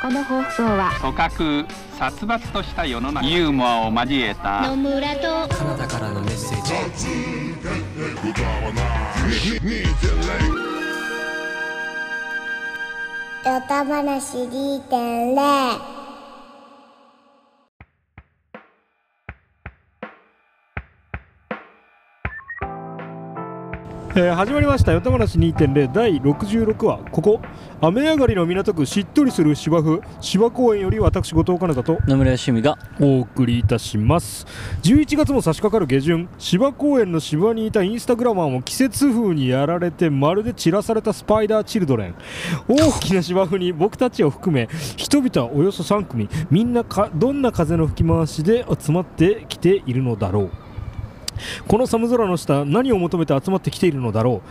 この放送は組閣殺伐とした世の中ユーモアを交えた野村とカナダからのメッセージヨタ話2.0えー始まりました「よたまなし2.0」第66話ここ雨上がりの港区しっとりする芝生芝公園より私後藤かなだと野村趣味がお送りいたします11月も差し掛かる下旬芝公園の芝にいたインスタグラマーも季節風にやられてまるで散らされたスパイダーチルドレン大きな芝生に僕たちを含め人々はおよそ3組みんなかどんな風の吹き回しで集まってきているのだろうこの寒空の下何を求めて集まってきているのだろう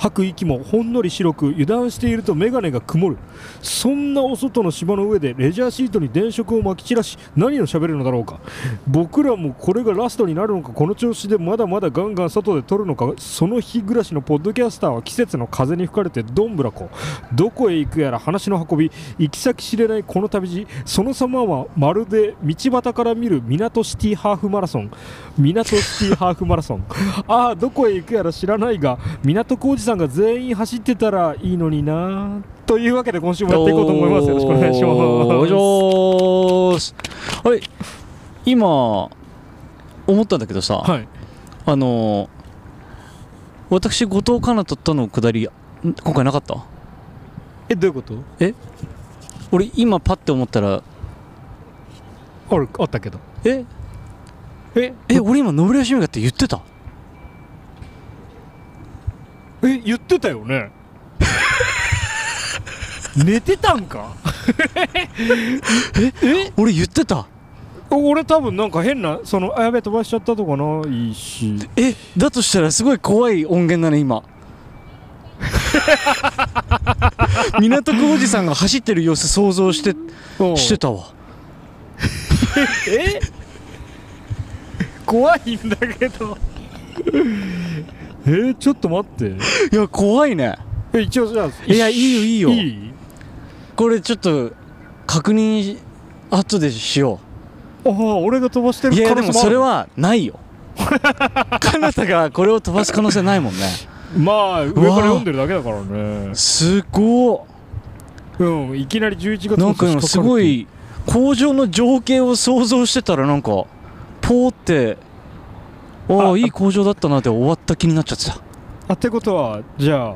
吐く息もほんのり白く油断していると眼鏡が曇るそんなお外の芝の上でレジャーシートに電飾をまき散らし何を喋るのだろうか僕らもこれがラストになるのかこの調子でまだまだガンガン外で撮るのかその日暮らしのポッドキャスターは季節の風に吹かれてどんぶらこどこへ行くやら話の運び行き先知れないこの旅路その様はまるで道端から見る港シティハーフマラソン港シティハーフマラソン ああどこへ行くやら知らないが港浩二さんが全員走ってたらいいのになというわけで今週もやっていこうと思いますよろしくお願いしますお願いしますはい今思ったんだけどさ、はいあのー私後藤かなたとのくだりん今回なかったえどういうこと俺今パッて思ったらあるあったけどえええ俺今野村趣味がって言ってたえ言ってたよ ね寝てたんか俺言ってた俺多分なんか変なそのあやべえ飛ばしちゃったとかないしえだとしたらすごい怖い音源だ ね今港区おじさんが走ってる様子想像してしてたわえ怖いんだけ どえー、ちょっと待っていや怖いねえ一応じゃあいやいいよいいよいいこれちょっと確認し後でしよああ俺が飛ばしてうるい可やで能性ももあそるれはな いよかなたがこれを飛ばす可能性ないもんねまあ上から読んでるだけだからねすごうんいきなり11月いなんか今すごい工場の情景を想像してたらなんかポーってああ あいい工場だったなって終わった気になっちゃってたあってことはじゃあ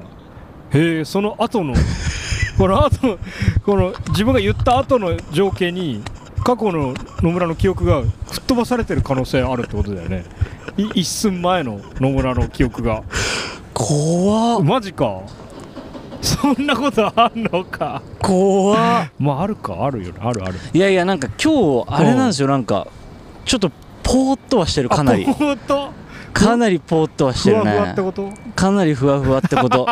へえその後の この後この自分が言った後の情景に過去の野村の記憶が吹っ飛ばされてる可能性あるってことだよねい一寸前の野村の記憶が怖っマジかそんなことあんのか怖っまああるかあるよねあるあるいやいやなんか今日あれなんですよなんかちょっとポーっとはしてるかなりあほんとかなりポーっとはしてふるわねふわってことかなりふわふわってこと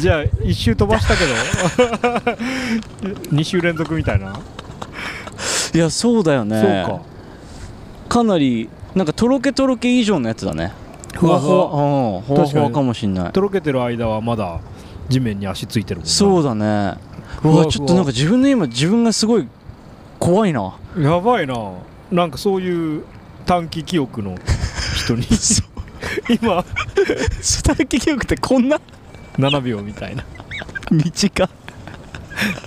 じゃあ一周飛ばしたけど2 週連続みたいな、いやそうだよねそうかかなりなんかとろけとろけ以上のやつだねふわふわうんふわ確ふかわにかもしんないとろけてる間はまだ地面に足ついてるもんなそうだねうわふわわちょっとなんか自分の今自分がすごい怖 いなやばいななんかそういう短期記憶の人 に今下書き記憶ってこ んな7秒みたいな短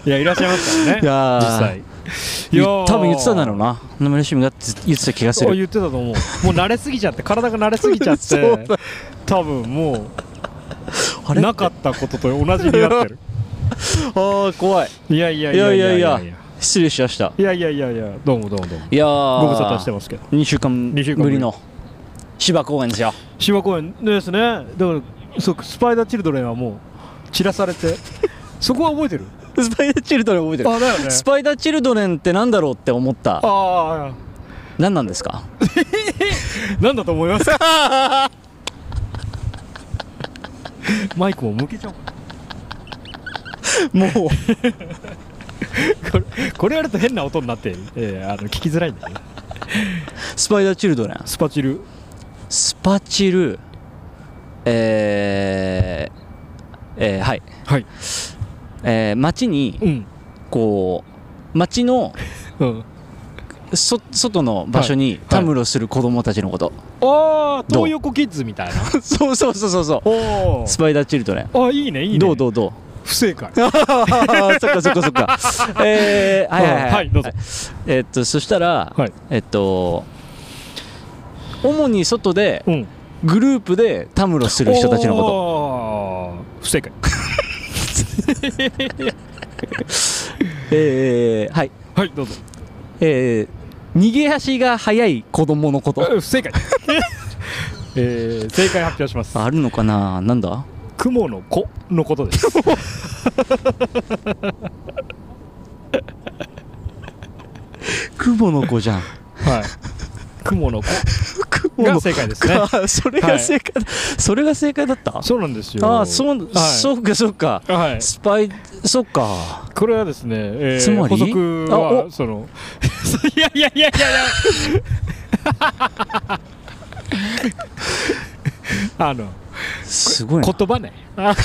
いやいらっしゃいますからねいやー実際い多分言ってたんだろううな野村趣味がって言ってた気がする言ってたと思うもう慣れすぎちゃって体が慣れすぎちゃっ そてうだ多分もあうれなかったことと同じになってるあー怖い いやいやいやいやいやいや失礼しましたいやいやいやいやどうもどうもどうもいやーご無沙汰してますけど2週間二週間ぶぶりりの芝公園で すよ芝公園ですねだからそうスパイダーチルドレンはもう散らされ てそこは覚えてるスパイダーチルドレン覚えてるあだよねスパイダーチルドレンってなんだろうって思ったああ何なんですかなんだと思い ますマイクも向けちゃおうもうこれこれやると変な音になって、えーあの聞きづらいんだよねスパイダーチルドレンスパチルスパチルえー、えー、はいはいえー、街にうんこう町のうん、そ外の場所にたむろする子供たちのこと、ああどう東横キッズみたいな そうそうそうそうそおうスパイダーチルドレンおあいいねいいねどうどう どう不正解あーそっかそっかそっか えー、はいはいはい、はいどうぞえっとそしたら、はいえっと主に外でうんグループでたむろする人たちのことと不 正解えー、はいはいどうぞえー、逃げ足が速い子供のこと 不正解えー、正解発表しますあるのかななんだ雲の子のことです雲の子じ ゃんはい雲の子雲がの子正解ですねそれが正解だ、それが正解だったそうなんですよああそう、はいそうかそうかはいスパイそっかこれはですね、えー、つまり補足あはおその いやいやいやいやいや あのすごいな言葉ねあの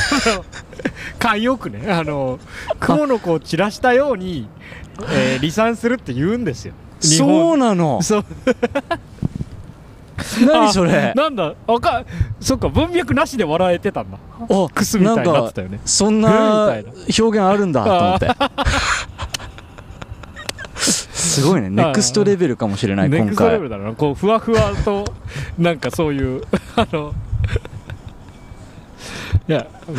慣用句ねあの雲の子を散らしたように、えー離散するって言うんですよ日そう本な のそう何それあなんだわかそっか文脈なしで笑えてたんだおクスみたいになってたよねんかそんへなーみ表現あるんだと思って す ごいねネクストレベルかもしれないネ今クストレベルだ回なこうふわふわとなんかそういうあのいやま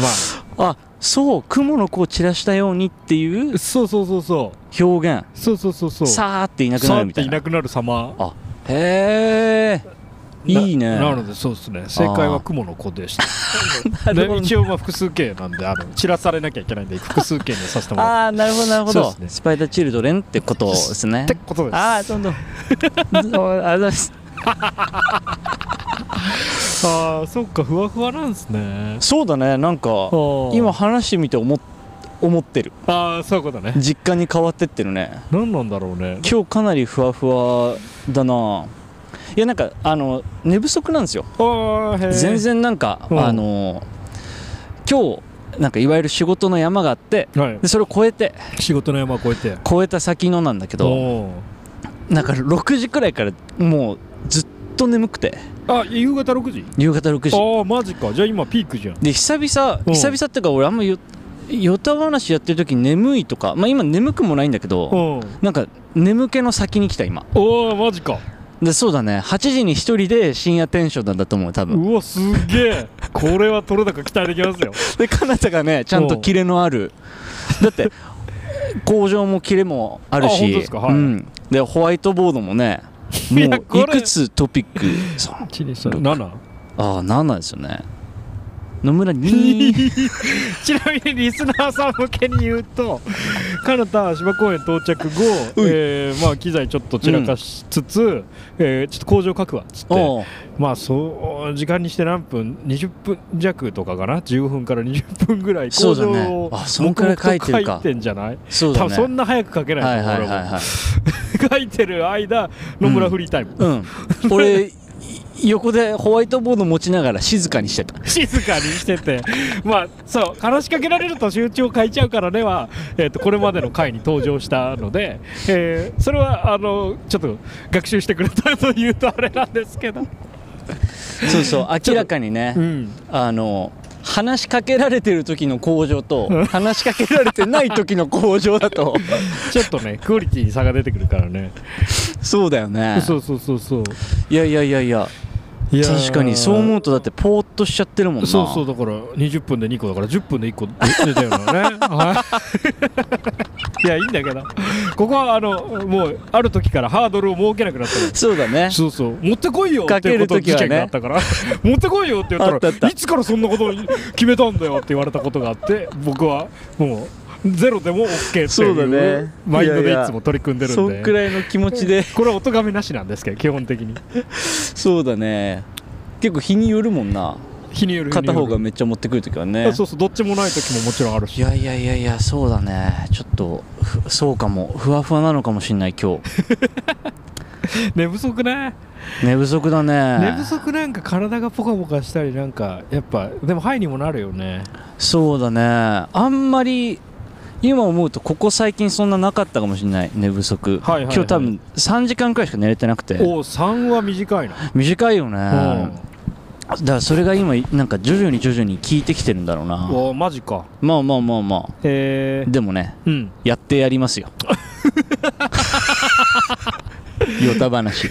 ああそう雲の子を散らしたようにっていうそうそうそうそ表現うそうそうそうそうさーっていなくなるみたいさーっていなくななる様あへえいいねななのでそうですね正解は雲の子でしたなるほでど一応まあ複数形なんであの散らされなきゃいけないんで複数形にさせてもらああなるほどなるほそうど、ですねスパイダーチルドレンってことですね うってことですああどんどんどうもありがとうございますあーそっかふわふわなんですね そうだねなんか今今話してみて思っ思ってるああそういうことね実家に変わってってるね何なんだろうね今日かなりふわふわだないやなんかあの寝不足なんですよああへえ全然なんか、うんあの今日なんかいわゆる仕事の山があってはでそれを越えてい仕事の山越えて越えた先のなんだけどおーなんか6時くらいからもうずっと眠くてあ夕方6時夕方6時ああマジかじゃあ今ピークじゃんで久々うん久々ってか俺あんまよよた話やってる時眠いとかまあ今眠くもないんだけうどんなんか眠気の先に来た今おおマジかでそうだね8時に一人で深夜テンションなんだと思う多分うわすげえこれは取れ高期待できますよでかなたがねちゃんとキレのあるだって工場もキレもあるあ本当でしすかはいうんでホワイトボードもねもいやこうれいくつトピックそう7 ああなんなんですよね野村に ちなみにリスナーさん向けに言うとかなた芝公園到着後、ういえーまあ、機材ちょっと散らかしつつ、えーちょっと工場書くわっつっておうまあそう時間にして何分20分弱とかかな15分から20分ぐらいそ工うだ場ねをあそんくらい書いてるか黙々と書いてんじゃないそう多だ分ねそんな早く書けはないいとはい思はう、いはい俺も 書いてる間野村フリータイム、うん、俺い横でホワイトボード持ちながら静かにしてた静かにしててまあそう話しかけられると集中を変えちゃうからねは、えー、とこれまでの回に登場したので、えーそれはあのちょっと学習してくれたというとあれなんですけど、 そうそう明らかにね、ん、あの話しかけられてる時の工場と話しかけられてない時の工場だ とちょっとねクオリティに差が出てくるからねそうだよねそうそうそうそういやいやいやいやいやー確かにそう思うとだってポーっとしちゃってるもんなそうそうだから20分で2個だから10分で1個出たよな ねはいいやいいんだけどここはあのもうある時からハードルを設けなくなったのそうだねそうそう持ってこいよっていうことかけ事る時はね件があったから 持ってこいよって言ったらあったあったいつからそんなことに決めたんだよって言われたことがあって僕はもうゼロでも OK ってそうだいねうマインドいやいでいやつも取り組んでるそんんでくらいの気持 ちでこれはお咎めなしなんですけど基本的にそうだね結構日によるもんな日による日によ片る方がめっちゃ持ってくる時はねそうそうどっちもない時ももちろんあるいしやいやいやいやそうだねちょっとふそうかもふわふわなのかもしんない今 日寝不足ね寝不足だね寝不足なんか体がポカポカしたりなんかやっぱでもハイにもなるよねそうだねあんまり今思うとここ最近そんななかったかもしれない寝不足、はいはいはい今日多分3時間くらいしか寝れてなくてお3は短いな、短いよねうんだからそれが今なんか徐々に徐々に効いてきてるんだろうなおマジかまあまあまあまへえあでもねうんやってやりま すよヨタ話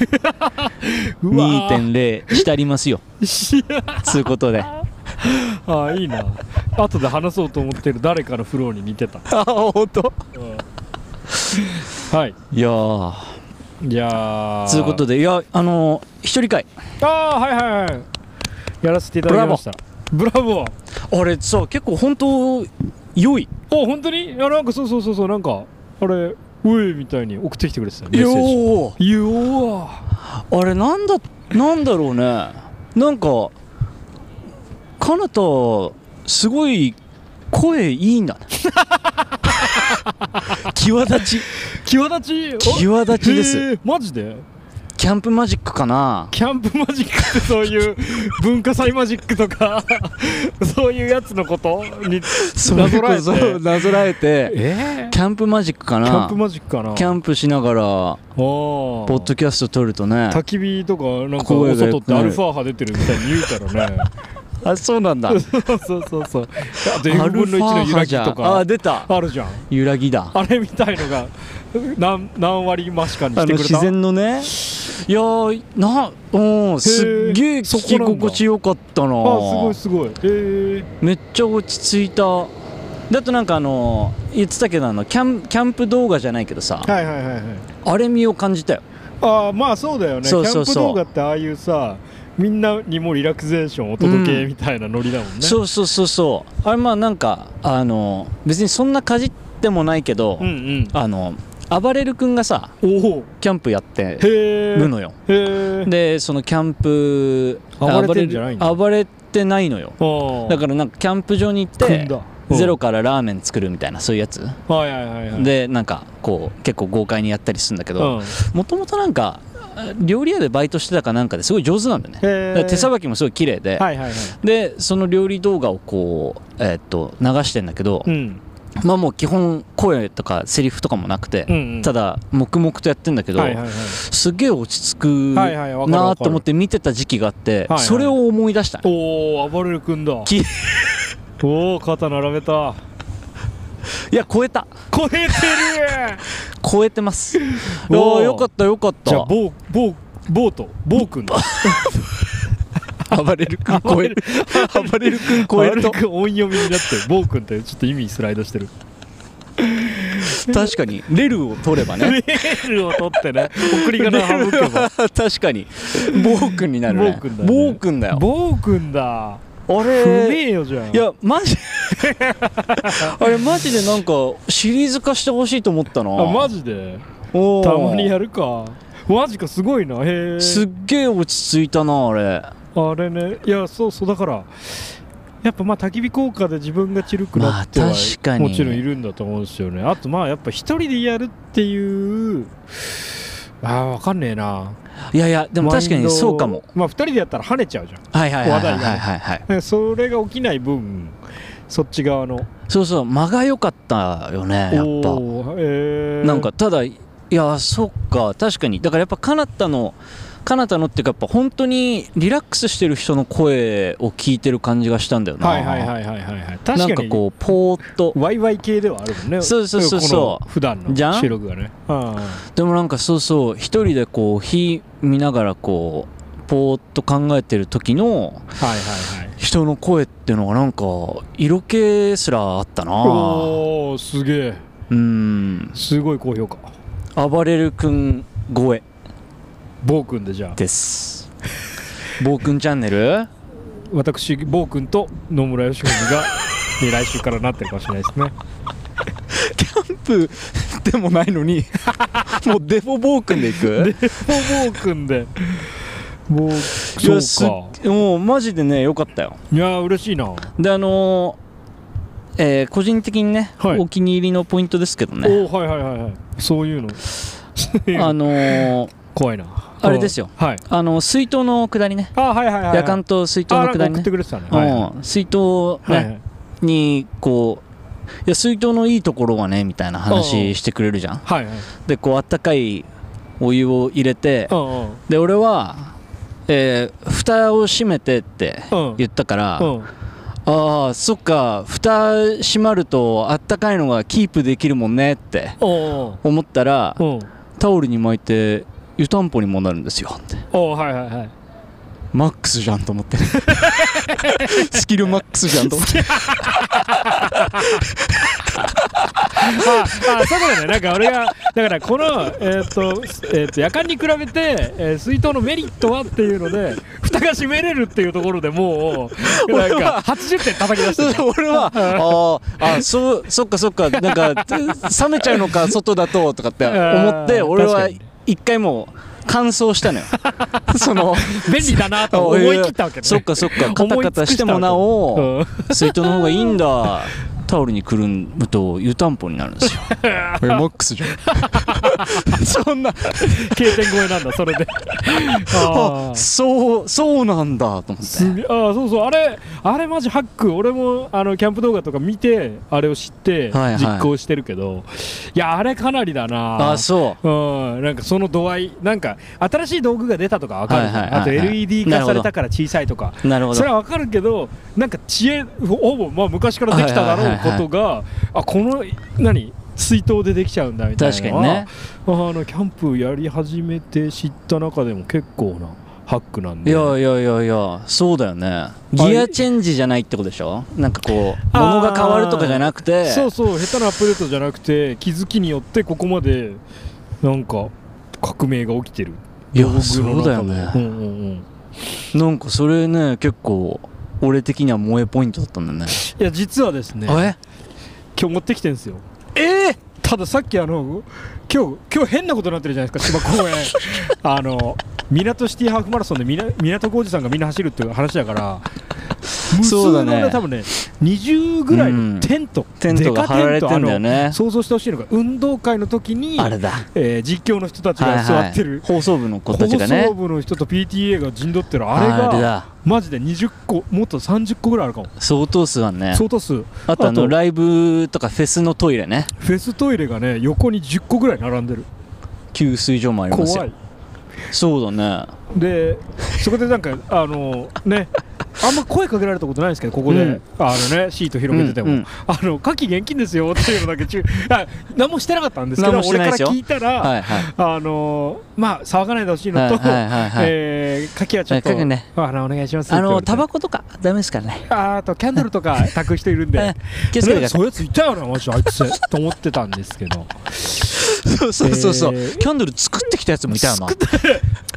うわ ー2.0したりますよつうことであああいいな後で話そうと思ってる誰かのフローに似てた、本当はいいやーいやーつうことでいやあのー一人会ああはいはいはいやらせていただきましたブラボーあれさ結構本当良いお本当にいやなんかそうそうそうそうなんかあれ「うい」みたいに送ってきてくれてたよメッセージよいやーーあれなんだなんだろうねなんかかなたすごい声いい んだね際立ち際立ちお際立ちですへーマジでキャンプマジックかなキャンプマジックってそういう文化祭マジックとか そういうやつのことになぞらえそうてなぞらえてえーキャンプマジックかキャンなプマジックかなキャンプしながらポポッドキャスト撮るとね焚き火とかなんか声おが良外くってアルファ波出てるみたいに言うからねあ そうなんだそうそうそうそうあと N 分の1の揺らぎとあか出たあるじゃん揺らぎだあれみたいのが何何割増しかにしあのてくれ自た然のねいやーなうんすっげえ聞き心地よかったなあすごいすごいへえめっちゃ落ち着いただとなんかあのー言ってたけどあのキャンキャンプ動画じゃないけどさはいはいはいはいあれ身を感じたよああまあそうだよねそうそうそキャうンプ動画ってああいうさみんなにもリラクゼーションお届けみたいなノリだもんね、そうそうそうそうあれまあなんかあのー別にそんなかじってもないけど、うんうんあの暴れる君がさおおキャンプやってへえるのよへえでそのキャンプ暴れてんじゃないんだ暴れてないのよだかからなんかキャンプ場に行っ組んてだゼロからラーメン作るみたいなそういうやつはいはいはいはいでなんかこう結構豪快にやったりするんだけうどん、へもともとなんか料理屋でバイトしてたかなんかですごい上手なんだよねだからえ手さばきもすごい綺麗ではいはいはいでその料理動画をこうえーっと流してんだけどうんまあもう基本声とかセリフとかもなくうてんうんただ黙々とやってんだけどはいはいはいすげえ落ち着くはいはいわかるなわかあとる思って見てた時期があってはいそれを思い出したおお暴れる君だきおお肩並べたいや超えた超えてる超えてます おーおーよかったよかっじゃあたボーボーボートボー君だ 暴れる君超える暴れる君暴超えれるると君音読みになってるボー君ってちょっと意味スライドしてる確かにレルを取ればレねールを取ってね送り仮名省け ば確かに暴君になるね暴君だね暴君だよボー君だあ不れ明よじゃんいやマジ あれマジでなんかシリーズ化してほしいと思ったなあマジでおーたまにやるかマジかすごいなへえすっげえ落ち着いたなあれあれねいやそうそうだからやっぱまあ焚き火効果で自分がチルくなっては、まあ確かにもちろんいるんだと思うんですよねあとまあやっぱ一人でやるっていうあーわかんねえないやいやでも確かマインにドそうかもまあ二人でやったら跳ねちゃうじゃんはいはいはいはい話題がはいはいねそれが起きない分そっち側のそうそう間が良かったよねやっぱおーえーなんかただいやそっか確かにだからやっぱカナタのカナタのっていうかやっぱ本当にリラックスしてる人の声を聞いてる感じがしたんだよなはいはいはいはいはいはい確かなにんかこうポーッとワイワイ系ではあるもんねそうそうそうそうこの普段じゃのん収録がねあでもなんかそうそう一人でこう火見ながらこうポーッと考えてる時のーはいはいはい人の声っていうのがなんか色気すらあったなおおすげえうんすごい高評価暴れる君超え暴君でじゃあです暴君チャンネル私暴君と野村義文 がえー来週からなってるかもしれないですねキャンプでもない のにもうデフォ暴君でいく暴君で暴いやすそうかもうマジでね良かったよいやー嬉しいな、であのーえー個人的にね、はいお気に入りのポイントですけどおねおはいはいはいはいそういうのあのー怖いなあれですよはいあの水筒の下りねあはいはいはいはい夜間と水筒あのなん下かり送っねてくれてたねうん水筒、ねはいはいにこういや水筒のいいところはねみたいな話してくれるじゃんはいはいでこうあったかいお湯を入れてうんうんで俺は、えー蓋を閉めてってうん言ったから、うんああそっか蓋閉まるとあったかいのがキープできるもんねってお思ったらうんタオルに巻いて湯たんぽにもなるんですよっておはいはいはいマックスじゃんと思って スキルマックスじゃんと思 ってああそうだねなんか俺がだからこのえーっとすえーっと夜間に比べて、えー水筒のメリットはっていうので蓋が閉めれるっていうところでもうなん俺かは80点叩き出してる俺はあーあそうそっかそっかなんか 冷めちゃうのか外だととかって思ってあー俺は確か一回もう乾燥したのよそ の便利だなと思い切ったわけねそっかそっかカタ思い尽カくタししたてわけもなお、うん 水筒の方がいいんだタオルにくるむと湯たんぽになるんですよ これマックスじゃん そんな経点超えなんだそれでああーそうそうなんだと思ってすげえあーそうそうあれあれマジハック俺もあのキャンプ動画とか見てあれを知ってはいはい実行してるけど、いやあれかなりだなあそうん、なんかその度合いなんか新しい道具が出たとかわかる、はいはいはいはいあと LED 化されたから小さいとかうなるほそどれはわかるけどなんか知恵ほぼ、まあ、昔からできただろうことが、あこの何水筒でできちゃうんだみたいな確かにねあのキャンプやり始めて知った中でも結構なハックなんいでやいやいやいやそうだよねギアチェンジじゃないってことでしょなんかこう物が変わるとかじゃなくてそうそう下手なアップデートじゃなくて気づきによってここまでなんか革命が起きてるいや道具のそうだ中よでねうんうんうんなんかそれね結構俺的には萌えポイントだったんだよねいや実はですね今え日持ってきてんですよえーたださっきあの今日今日変なことになってるじゃないですか芝公 園あの港シティハーフマラソンでみな港浩二さんがみんな走るっていう話だから無数そうのだねね多分ね20ぐらいうのんテント、テントが張られてんだよでかテントあねの想像してほしいのが運動会の時にあれだえー実況の人たちが座ってる、放送部の子たちがね放送部の人と PTA が陣取ってるあれがあれだマジで20個もっと30個ぐらいあるかも相当数はね相当数あとああのとライブとかフェスのトイレねフェストイレがね横に10個ぐらい並んでる給水所もあります怖よいそうだねでそこでなんかあのねあんま声かけられたことないですけどここで、うんあのねシート広げてても、うんうんあの火器現金ですよっていうのだけ注あ何もしてなかったんですけど何もして俺なかいらです聞よいたら、はいはいあのまあ騒がないでほしいのと、はいはいはいはいえー火器はちょっはと、い火器ねあのお願いしますあのタバココとかダメですからねああとキャンドルと か炊く人いるんでえ気をつけてくねださそいういうやついたよなマジあいつと思ってたんですけどそうそうそうそうえーキャンドル作ってきたやつもいたよな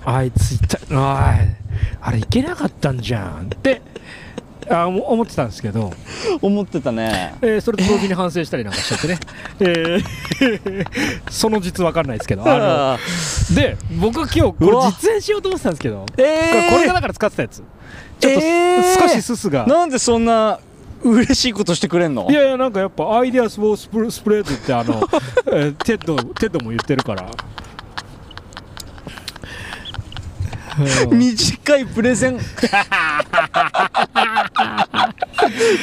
あいついたおいあれいけなかったんじゃんってあ思思ってたんですけど思ってたねえーそれと同時に反省したりなんかしちゃってね、えー その実わかんないですけどああーので僕は今日こうれわ実演しようと思ってたんですけど、こえれーこれがだから使ってたやつちょっとす、えー少しすすがなんでそんな嬉しいことしてくれんのいやいやなんかやっぱアイデアスポースプレスプレッドってあ の、えーテッドテッドも言ってるからうん短いプレゼン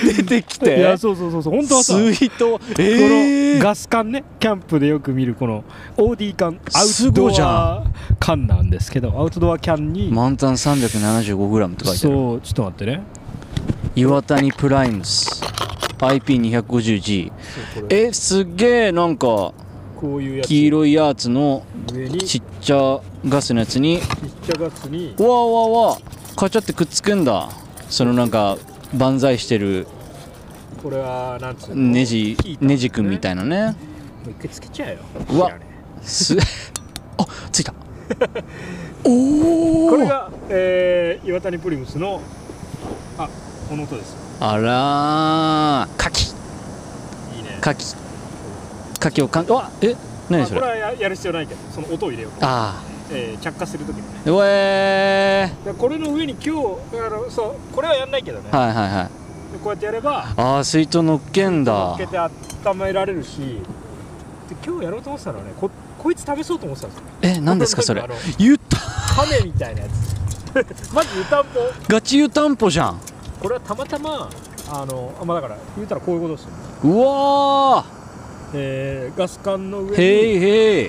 出てきいてやそうそうそうそう本当はさ水筒こえのーガス缶ねキャンプでよく見るこの OD 缶アウトすごドいじゃア缶なんですけどアウトドアキャンに、満タン 375g って書いてあるそうちょっと待ってね岩谷プライムス IP250G えすっげえなんかこういうやつ黄色いやつの上にちっちっちゃガスのやつにちゃガスにうわうわうわカチャってくっつくんだそのなんか万歳してるこれはなんつうのネジネジくんみたいいなねな一回つけちゃえよう知わらね すあついたおえ おこれが、えー、岩谷プリムスのあこの音ですあらーカキいいねカキカキをかんうわえ何あそこれれはややる必要ないけどその音を入れようと、あえー、着火するときにねーうえーでこれの上に今日あのそうこれはやんないけどね、はいはいはいでこうやってやればああ水筒乗っけん乗だっけて温められるしで今日やろうと思ってたのはねここいつ食べそうと思ってたんですよえ何ですかそれあの湯た亀みたいなやつ まず湯たんぽガチ湯たんぽじゃんこれはたまたまあのあまあだから言うたらこういうことですよ、うわえーガス管の上ーへに、いへい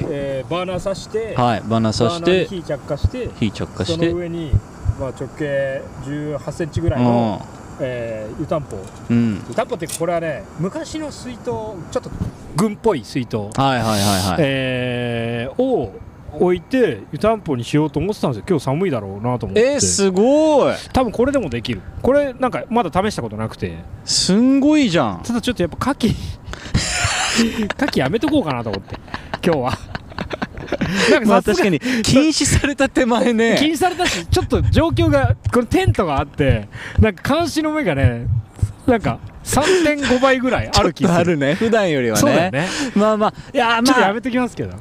えーバーナー刺して、はいバナバさーしナーにて火着火して火着火しそてのうん上に、まあ、直径1 8ンチぐらいの、うえー湯たんぽん湯たんぽってこれはね昔の水筒ちょっと軍っぽい水筒、はいはいはいはいえーを置いて湯たんぽにしようと思ってたんですよ今日寒いだろうなと思ってえー、すごい多分これでもできるこれなんかまだ試したことなくてすんごいじゃんただちょっとやっぱ 牡蠣牡蠣やめとこうかなと思って今日 はなんまかあさす確がかに禁止された手前 禁ね止されたしちょっと状況がこのテントがあってなんか監視の目がねなんか3.5倍ぐらいある気ちょっがとすあるるね普段よりはそうだよねねまあまあいやちょっとまやあめときますけど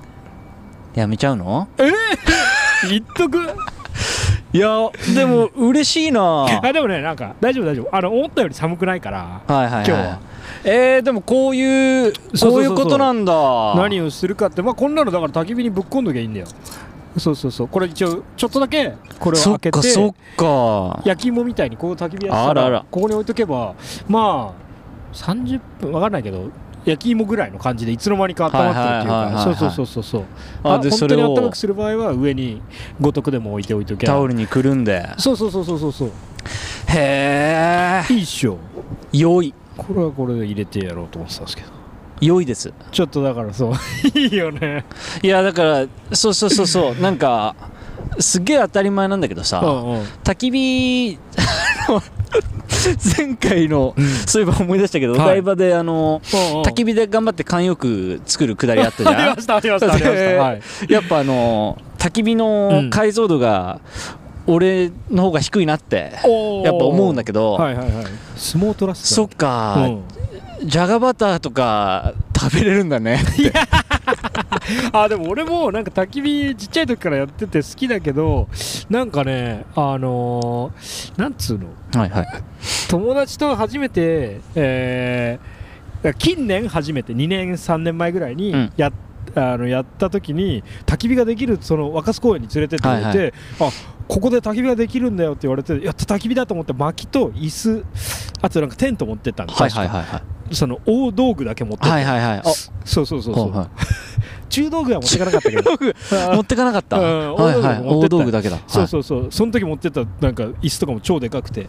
やめちゃうの一徳いやでも嬉し いなはいあでもねなんか大丈夫大丈夫あの思ったより寒くないからはいはい今日はえー、でもこういうそうそうそうそうこういうことなんだ何をするかってまあこんなのだから焚き火にぶっ込んどきゃいいんだよそうそうそうこれ一応ちょっとだけこれをそ開っけかそってか焼き芋みたいにこう焚き火やったあらあららここに置いとけばまあ30分わかんないけど焼き芋ぐらいの感じでいつの間にか温まってるっていうはいはいはいはいはかいそうそうそうそうそうああで本そ当にれ温かをくする場合は上に五徳でも置いておいとけばタオルにくるんでそうそうそうそうそうそうへえいいっしょ良いこれはこれで入れてやろうと思ってたんですけど良いですちょっとだからそう いいよねいやだからそうそうそ うそうなんかすげえ当たり前なんだけどうさんうん焚き火 あの前回のそういえば思い出したけど、はいお台場であの焚焚き火で頑張って慣用句作るくだりあったじありゃましたありましたありましたはいん やっぱあの焚き火の解像度が俺の方が低いなって やっぱ思うんだけけど、はいはいはい相撲取らせそっか、じゃがバターとか食べれるん だねあでも俺もなんか焚き火ちっちゃい時からやってて好きだけどなんかねあのーなんつうのはいはい友達と初めてえーだから近年初めて2年3年前ぐらいにうんやっあのやった時に焚き火ができるその若洲公園に連れてってくれて、はいはあここで焚き火ができるんだよって言われてやった焚き火だと思って薪と椅子あとなんかテント持ってったんです、はいはいはいはいその大道具だけ持ってった、はいはいはいあそうそうそうそう、はいはい中道具は持っていかなかったけど 持ってかなかった、うんはいはい大大道道具具だけだそうそうそう、その時持ってったなんか椅子とかも超でかくて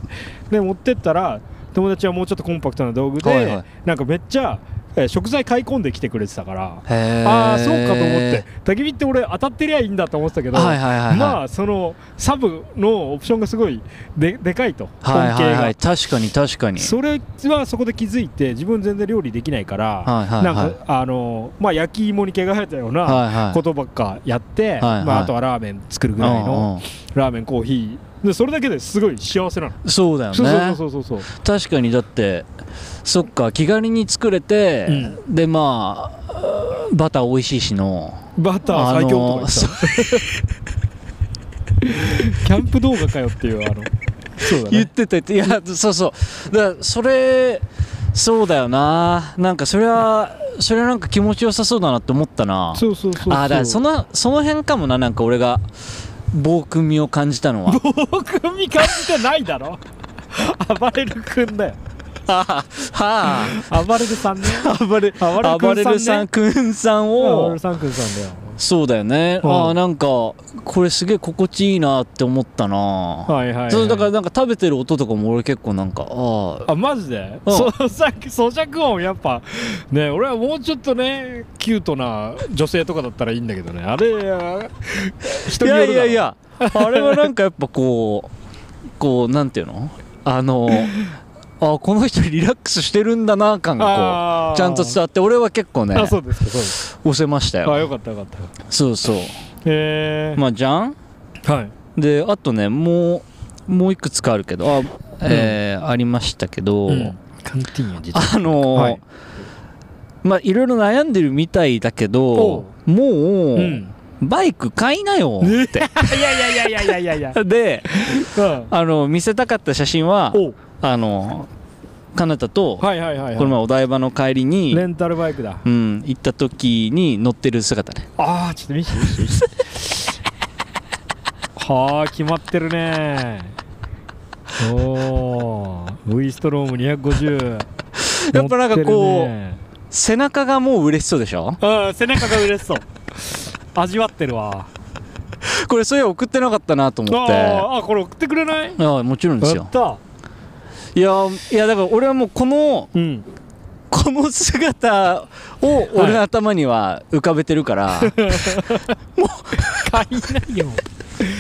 で持ってったら友達はもうちょっとコンパクトな道具で、はいはいなんかめっちゃ、えー食材買い込んできてくれてたからはいへーああそうかと思って焚き火って俺当たってりゃいいんだと思ってたけど、はいはいはいはいまあそのサブのオプションがすごいででかいと恩恵が、はいはいはい確かに確かにそれはそこで気づいて自分全然料理できないから、はいはいはいなんかあのまあ焼き芋に毛が生えたようなはいはいことばっかやって、はいはいまあ、あとはラーメン作るぐらいの。うんラーメンコーヒーでそれだけですごい幸せなの、うんそうだよねそうそうそうそうそう確かにだってそっか気軽に作れて、うでまあバター美味しいしのバター最強とか言ってた、キャンプ動画かよっていうあのそうだ言ねってた言っていやそうそうだからそれそうだよななんかそれはそれはなんか気持ちよさそうだなって思ったなそうそうそうそうあーだからそのその辺かもななんか俺が暴君味を感じたのは僕見感じてないだろ暴れる君だよは あ暴れるさんね暴れ暴れ暴るれる君ささんんくんさん暴れをるさん君さんだよそうだよねうんああなんかこれすげえ心地いいなって思ったなはいはい、はい、そうだからなんか食べてる音とかも俺結構なんかああマジで、うんそさっき咀嚼音やっぱね俺はもうちょっとねキュートな女性とかだったらいいんだけどねあれああ人いによやるだろいやいやあれはなんかやっぱこう こうなんていうのあのあこの人リラックスしてるんだな感がこあうーちゃんと伝わって俺は結構ねあそうですかそうです押せましたかあよよかったよかったそうそうへえ、まあじゃんはいであとねもうもういくつかあるけどあ、えーありましたけど、カンティーンや実あのーはいまあいろいろ悩んでるみたいだけどおもう、うんバイク買いなよって、いやいやいやいやいやいやいでやあの見せたかった写真はおあのかなたと、はいはいはいはいこの前お台場の帰りに、レンタルバイクだうん、行った時に乗ってる姿ねああちょっと見して見して見してはあ決まってるねおー V ストローム250やっぱなん乗っかこうてるね背中がもう嬉しそうでしょうん背中が嬉しそう味わってるわこれそういえば送ってなかったなと思ってああーあこれ送ってくれないあもちろんですやよったいやいやだから俺はもうこのうんこの姿を俺の頭には浮かべてるから、 買いないよ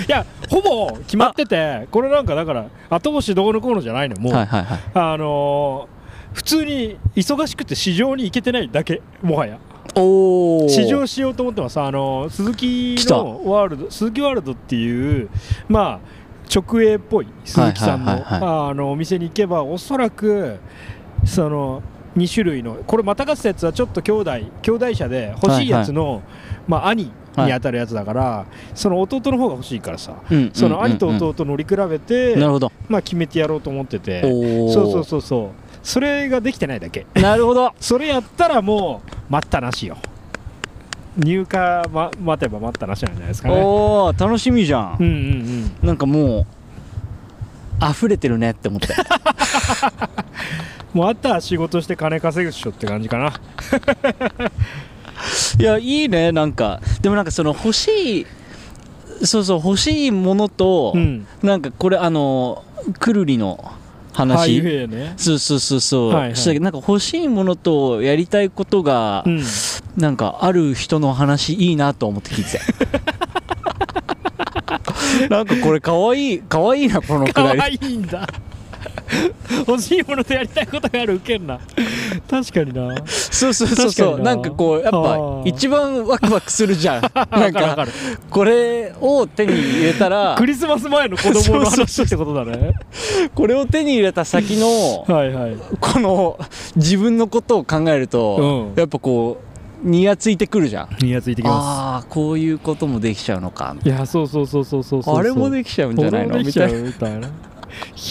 いやほぼ決まっててこれなんかだから後押しどうのこうのじゃないのもう、はいはいはいあのー普通に忙しくて市場に行けてないだけもはやおお試乗しようと思ってますあの鈴木来たのワールド鈴木ワールドっていうまあ直営っぽい鈴木さんのはいはいはいあのお店に行けばおそらくその2種類のこれまたがったやつはちょっと兄弟兄弟車で欲しいやつの、まあ、兄に当たるやつだから、その弟の方が欲しいからさうんうんうんうんその兄と弟乗り比べて、なるほどまあ、決めてやろうと思ってておおそうそうそうそうそれができてないだけなるほどそれやったらもう待ったなしよ入荷、ま、待てば待ったなしなんじゃないですかねおお楽しみじゃんうんうんなんかもう溢れてるねって思って うんもうあったら仕事して金稼ぐっしょって感じかないやいいねなんかでもなんかその欲しいそうそう欲しいものと、うんなんかこれあのくるりの話、ハイウェイねそうそうそうそう、はいはいしたけどなんか欲しいものとやりたいことが、うんなんかある人の話いいなと思って聞 いててなんかこれかわいい かわいいなこのく可だり愛いんだ欲しいものとやりたいことがあるウケんな確かになそうそうそう確そかうにななんかこうやっあぱー一番ワクワクするじゃんな わかるわんかかるこれを手に入れたらクリスマス前の子供のそう話ってことだねこれを手に入れた先のはいはいこの自分のことを考えるとうんやっぱこうにやついてくるじゃんニヤついてきまああこういうこともできちゃうのかすいやそうそうそうそうそうそうあれもできちゃうんじゃな俺いのもでみきちゃたういみたいな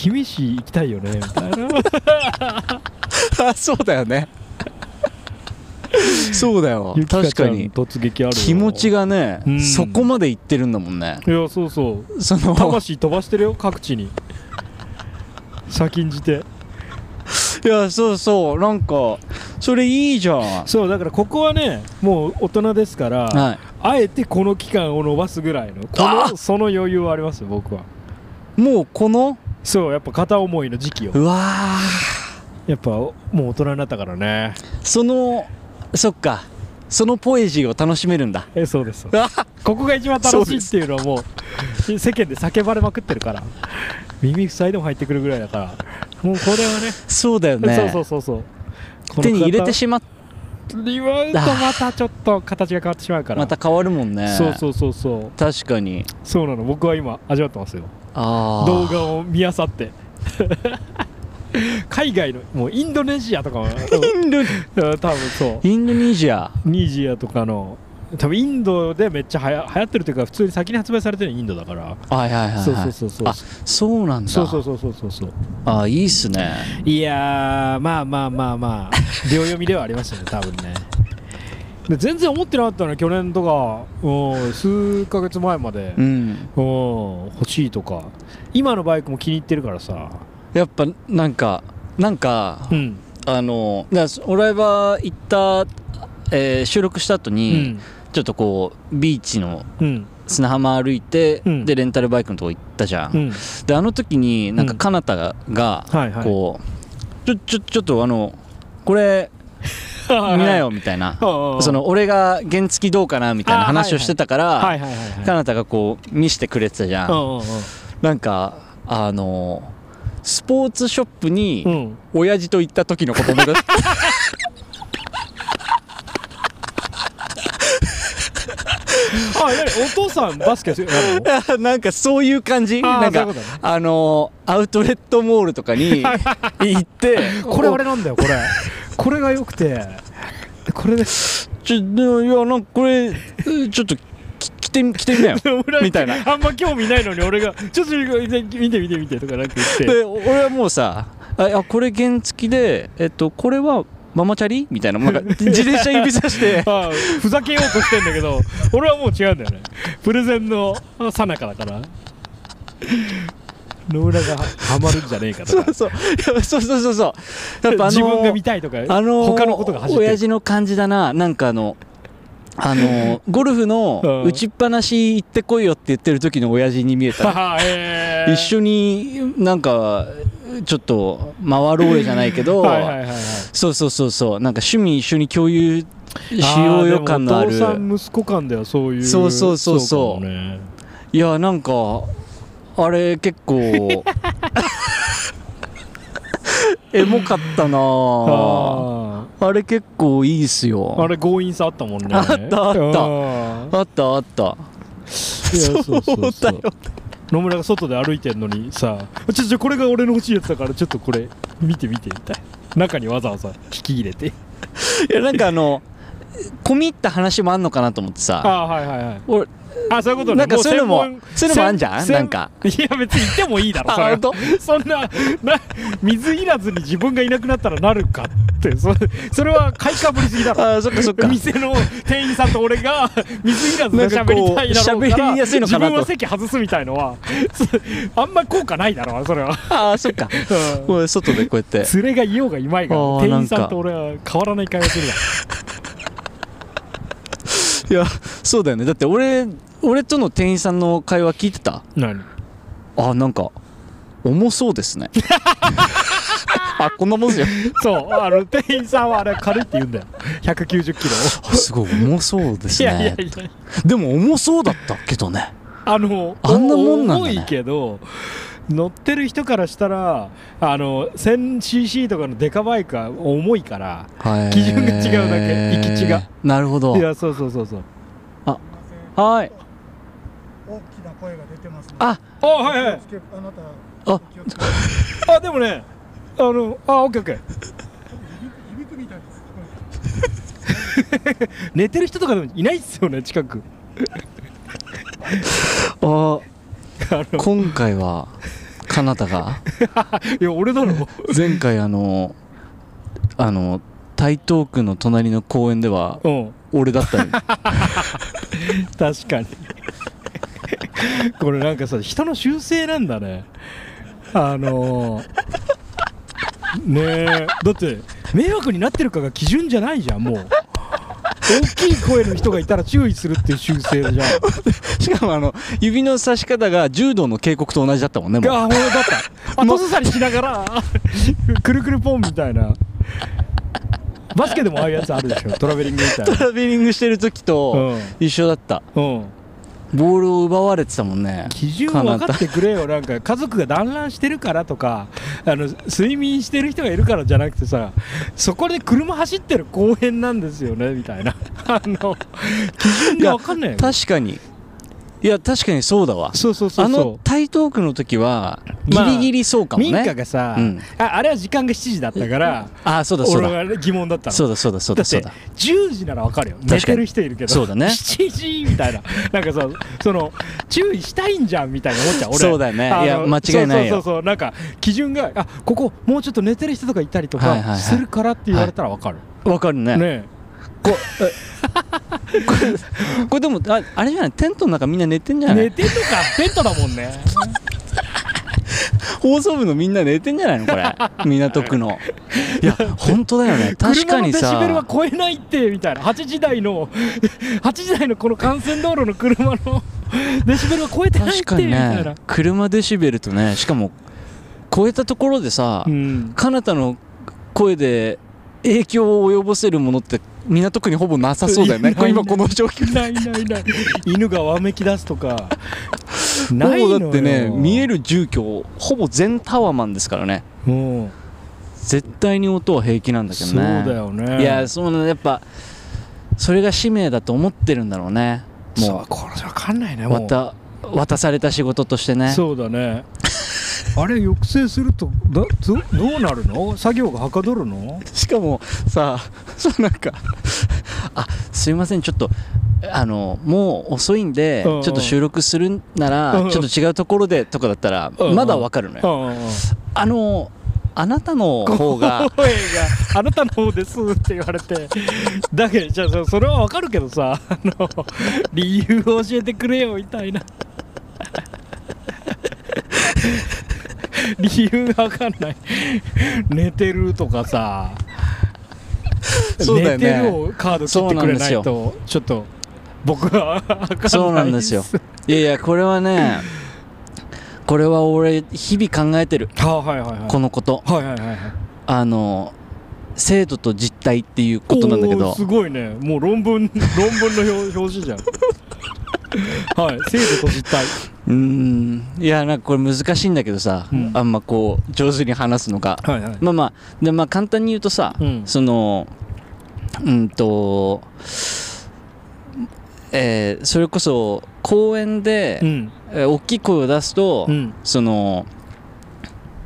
氷見市行きたいよねみたいななあそうだよねそうだよゆきか確ちゃかんに突撃あるよ気持ちがねうんそこまでいってるんだもんねいやそう そうその魂飛ばしてるよ各地に先んじていやそうそうなんかそれいいじゃんはそうだからここはねもう大人ですから、いあえてこの期間を延ばすぐらいのこあのその余裕はありますよ僕はもうこのそうやっぱ片思いの時期をうわーやっぱもう大人になったからねそのそっかそのポエジーを楽しめるんだえそうですうわーここが一番楽しいっていうのはもう世間で叫ばれまくってるから耳塞いでも入ってくるぐらいだからもうこれはねそうだよねそうそうそうそうこの手に入れ方てしまっリバウンドまたちょっと形が変わってしまうからまた変わるもんねそうそうそうそう確かにそうなの僕は今味わってますよああ動画を見あさって 海外のもうインドネシアと かもインドうん多分そうインドネシアニジアとかの多分インドでめっちゃはや流行ってるというか普通に先に発売されてるのはインドだからはいはいはい、はい、そうそうそうそうあそうなんだそうそうそうそうそうそうあいいっすねいやーまあまあまあまあ秒読みではありましたね多分ねで全然思ってなかったの去年とかうん数ヶ月前までうんうん欲しいとか今のバイクも気に入ってるからさやっぱなんかなんかうんあのだからお台場行った、えー収録した後うに、んちょっとこうビーチのうん砂浜歩いて、うんでレンタルバイクのとこ行ったじゃん、うんであの時になんかうんかなたが、がはいはいこうちょちょちょっとあのこれ見なよみたいなそその俺が原付どうかなみたいな話をしてたから、はいはいはいはいかなたがこう見せてくれてたじゃん、うんなんかあのスポーツショップに、うんうんうん親父と行った時のこともあ何お父さんバスケ やるのなんかそういう感じあーなそうんかいうことねあのーアウトレットモールとかに行って これ俺なんだよこれこれが良くてこれでちょいやなんかこれちょっとき着てみ着 てみ なよみたいなあんま興味ないのに俺がちょっと見て見て見て見てとかなんか言って で俺はもうさああこれ原付でえっとこれはママチャリみたいななんか自転車指さして ああふざけようとしてんだけど俺はもう違うんだよねプレゼンのさなかだから野村がハマるんじゃねえかとそかうそういやそうそうそうそうやっぱあのー自分が見たいとか、あのー他のことが走って親る父の感じだななんかあのあのー ゴルフのうん打ちっぱなし行ってこいよって言ってる時の親父に見え たははえー一緒になんかちょっと回ろうよじゃないけど はいはいはいはいそうそうそうそうなんか趣味一緒に共有しようよ感のあーでるもお父さん息子間ではそういうそうそうそうそうかもねいやなんかあれ結 構エモかったなあああれ結構いいっすよーあれ強引さあったもんねあったあったああったあったーいやそうそうそうそだうよ野村が外で歩いてんのにさちょちょこれが俺の欲しいやつだからちょっとこれ見て見てみたいな中にわざわざ引き入れていやなんかあの込み入った話もあんのかなと思ってさあーはいはいはい俺あそういうことねなんかそういうのもう専門そういうのもあんじゃん専なんかいや別に言ってもいいだろあそれ本当そんなな水いらずに自分がいなくなったらなるかってそそれは買いかぶりすぎだろあーそっかそっか店の店員さんと俺が水いらずで喋りたいだろうなんかかこうら喋りやすいのか自なと分は席外すみたいのはそ あんま効果ないだろうそれは、あーそっかうん俺外でこうやって連れがいようがいまいがあー店員なさんんかと俺は変わらない会話するだろいやそうだよねだって俺俺との店員さんの会話聞いてた何あなんか重そうで すねあこんなもんじゃんそうあの店員さんはあれ軽いって言うんだよ190キロあすごい重そうですいねやいやいやでも重そうだったけどねあのあんなもんなんだね重いけど乗ってる人からしたらあの 1000cc とかのデカバイクは重いから基準が違うだけ行き地がなるほどいやそうそうそうそうはい大きな声が出てますね。ああはいはい気をつけあなたあ気をつけてあでもねあのあオッケーオッケー響くみたいです。 寝てる人とかでもいないっすよね近くああの今回はかなたがいや俺だろ 前回あのあの台東区の隣の公園ではうん俺だったの確かにこれなんかさ人の習性なんだねあのー、ねえだって迷惑になってるかが基準じゃないじゃんもう大きい声の人がいたら注意するっていう習性じゃ ん しかもあの指の差し方が柔道の警告と同じだったもんねもうああもうだった後ずさりしながらくるくるポンみたいなバスケでもああいうやつあるでしょトラベリングみたい トラベリングしてる時と一緒だったなうんボールを奪われてたもんね基準分かってくれよなんか家族が団らんしてるからとかあの睡眠してる人がいるからじゃなくてさそこで車走ってる公園なんですよねみたいな あの基準が分かんないよ確かにいや確かにそうだわそうそうそうあのそ台東区の時はギまあリギリそうかうもね、民家がさ、うんああれは時間が7時だったからああそうだそう俺だは疑問だったのそうだそうだそうだそうっだて10時なら分かるよかに寝てる人いるけどそうだね7時みたいななんかさその注意したいんじゃんみたいな思っちゃう俺そうだよねあのいや間違いなそうそいようそうそうなんか基準があここもうちょっと寝てる人とかいたりとはいはいはかいするからって言われたら分かる、わかるねねこえこれこれでもああれじゃないテントの中みんな寝てんじゃな寝いてんのかテントだもんね放送部のみんな寝てんじゃないの これ港区のいや本当だよね確か車のデにシベルはさ超えないってみたいな8時台の 8時台のこの幹線道路の車の デシベルは超えてないっ確てかみにたいな、ね車デシベルとねしかも超えたところでさ、うん彼方の声で影響を及ぼせるものって港区にほぼなさそうだよねいない今この状況ないないない犬がわめき出すと かなないいのよだってね見える住居ほぼ全タワマンですからねうん絶対に音は平気なんだけどそうねだよねいやそうなのやっぱそれが使命だと思ってるんだろうねそもうこれわかんないねうもう渡渡された仕事としてねそうだね あれ抑制するとだどどうなるの作業がはかどる のしかも さそうなんかあすいませんちょっとあのもう遅いんで、うんうんちょっと収録するなら、うんうんちょっと違うところでとかだったら、うんうんまだわかるのよ、あのあなたの方が声が「あなたの方です」って言われてだけどじゃあそそれはわかるけどさあの理由を教えてくれよみたいな 理由が分かんない寝てるとかさそうだよね寝てるをカード切ってくれないそとちょっと僕は分かんないっすそうなんですよいやいやこれはねこれは俺日々考えてるはあはいはいはいこのことはいはいはいはいあの制度と実態っていうことなんだけおーどすごいねもう論文 論文の表表紙 じゃんはい制度と実態うーんいやなんかこれ難しいんだけどさ、うんあんまこう上手に話すのがはいはいまあまあでまあ簡単に言うとさ、うんそのうんとえーそれこそ公園で、うんえー大きい声を出すと、うんその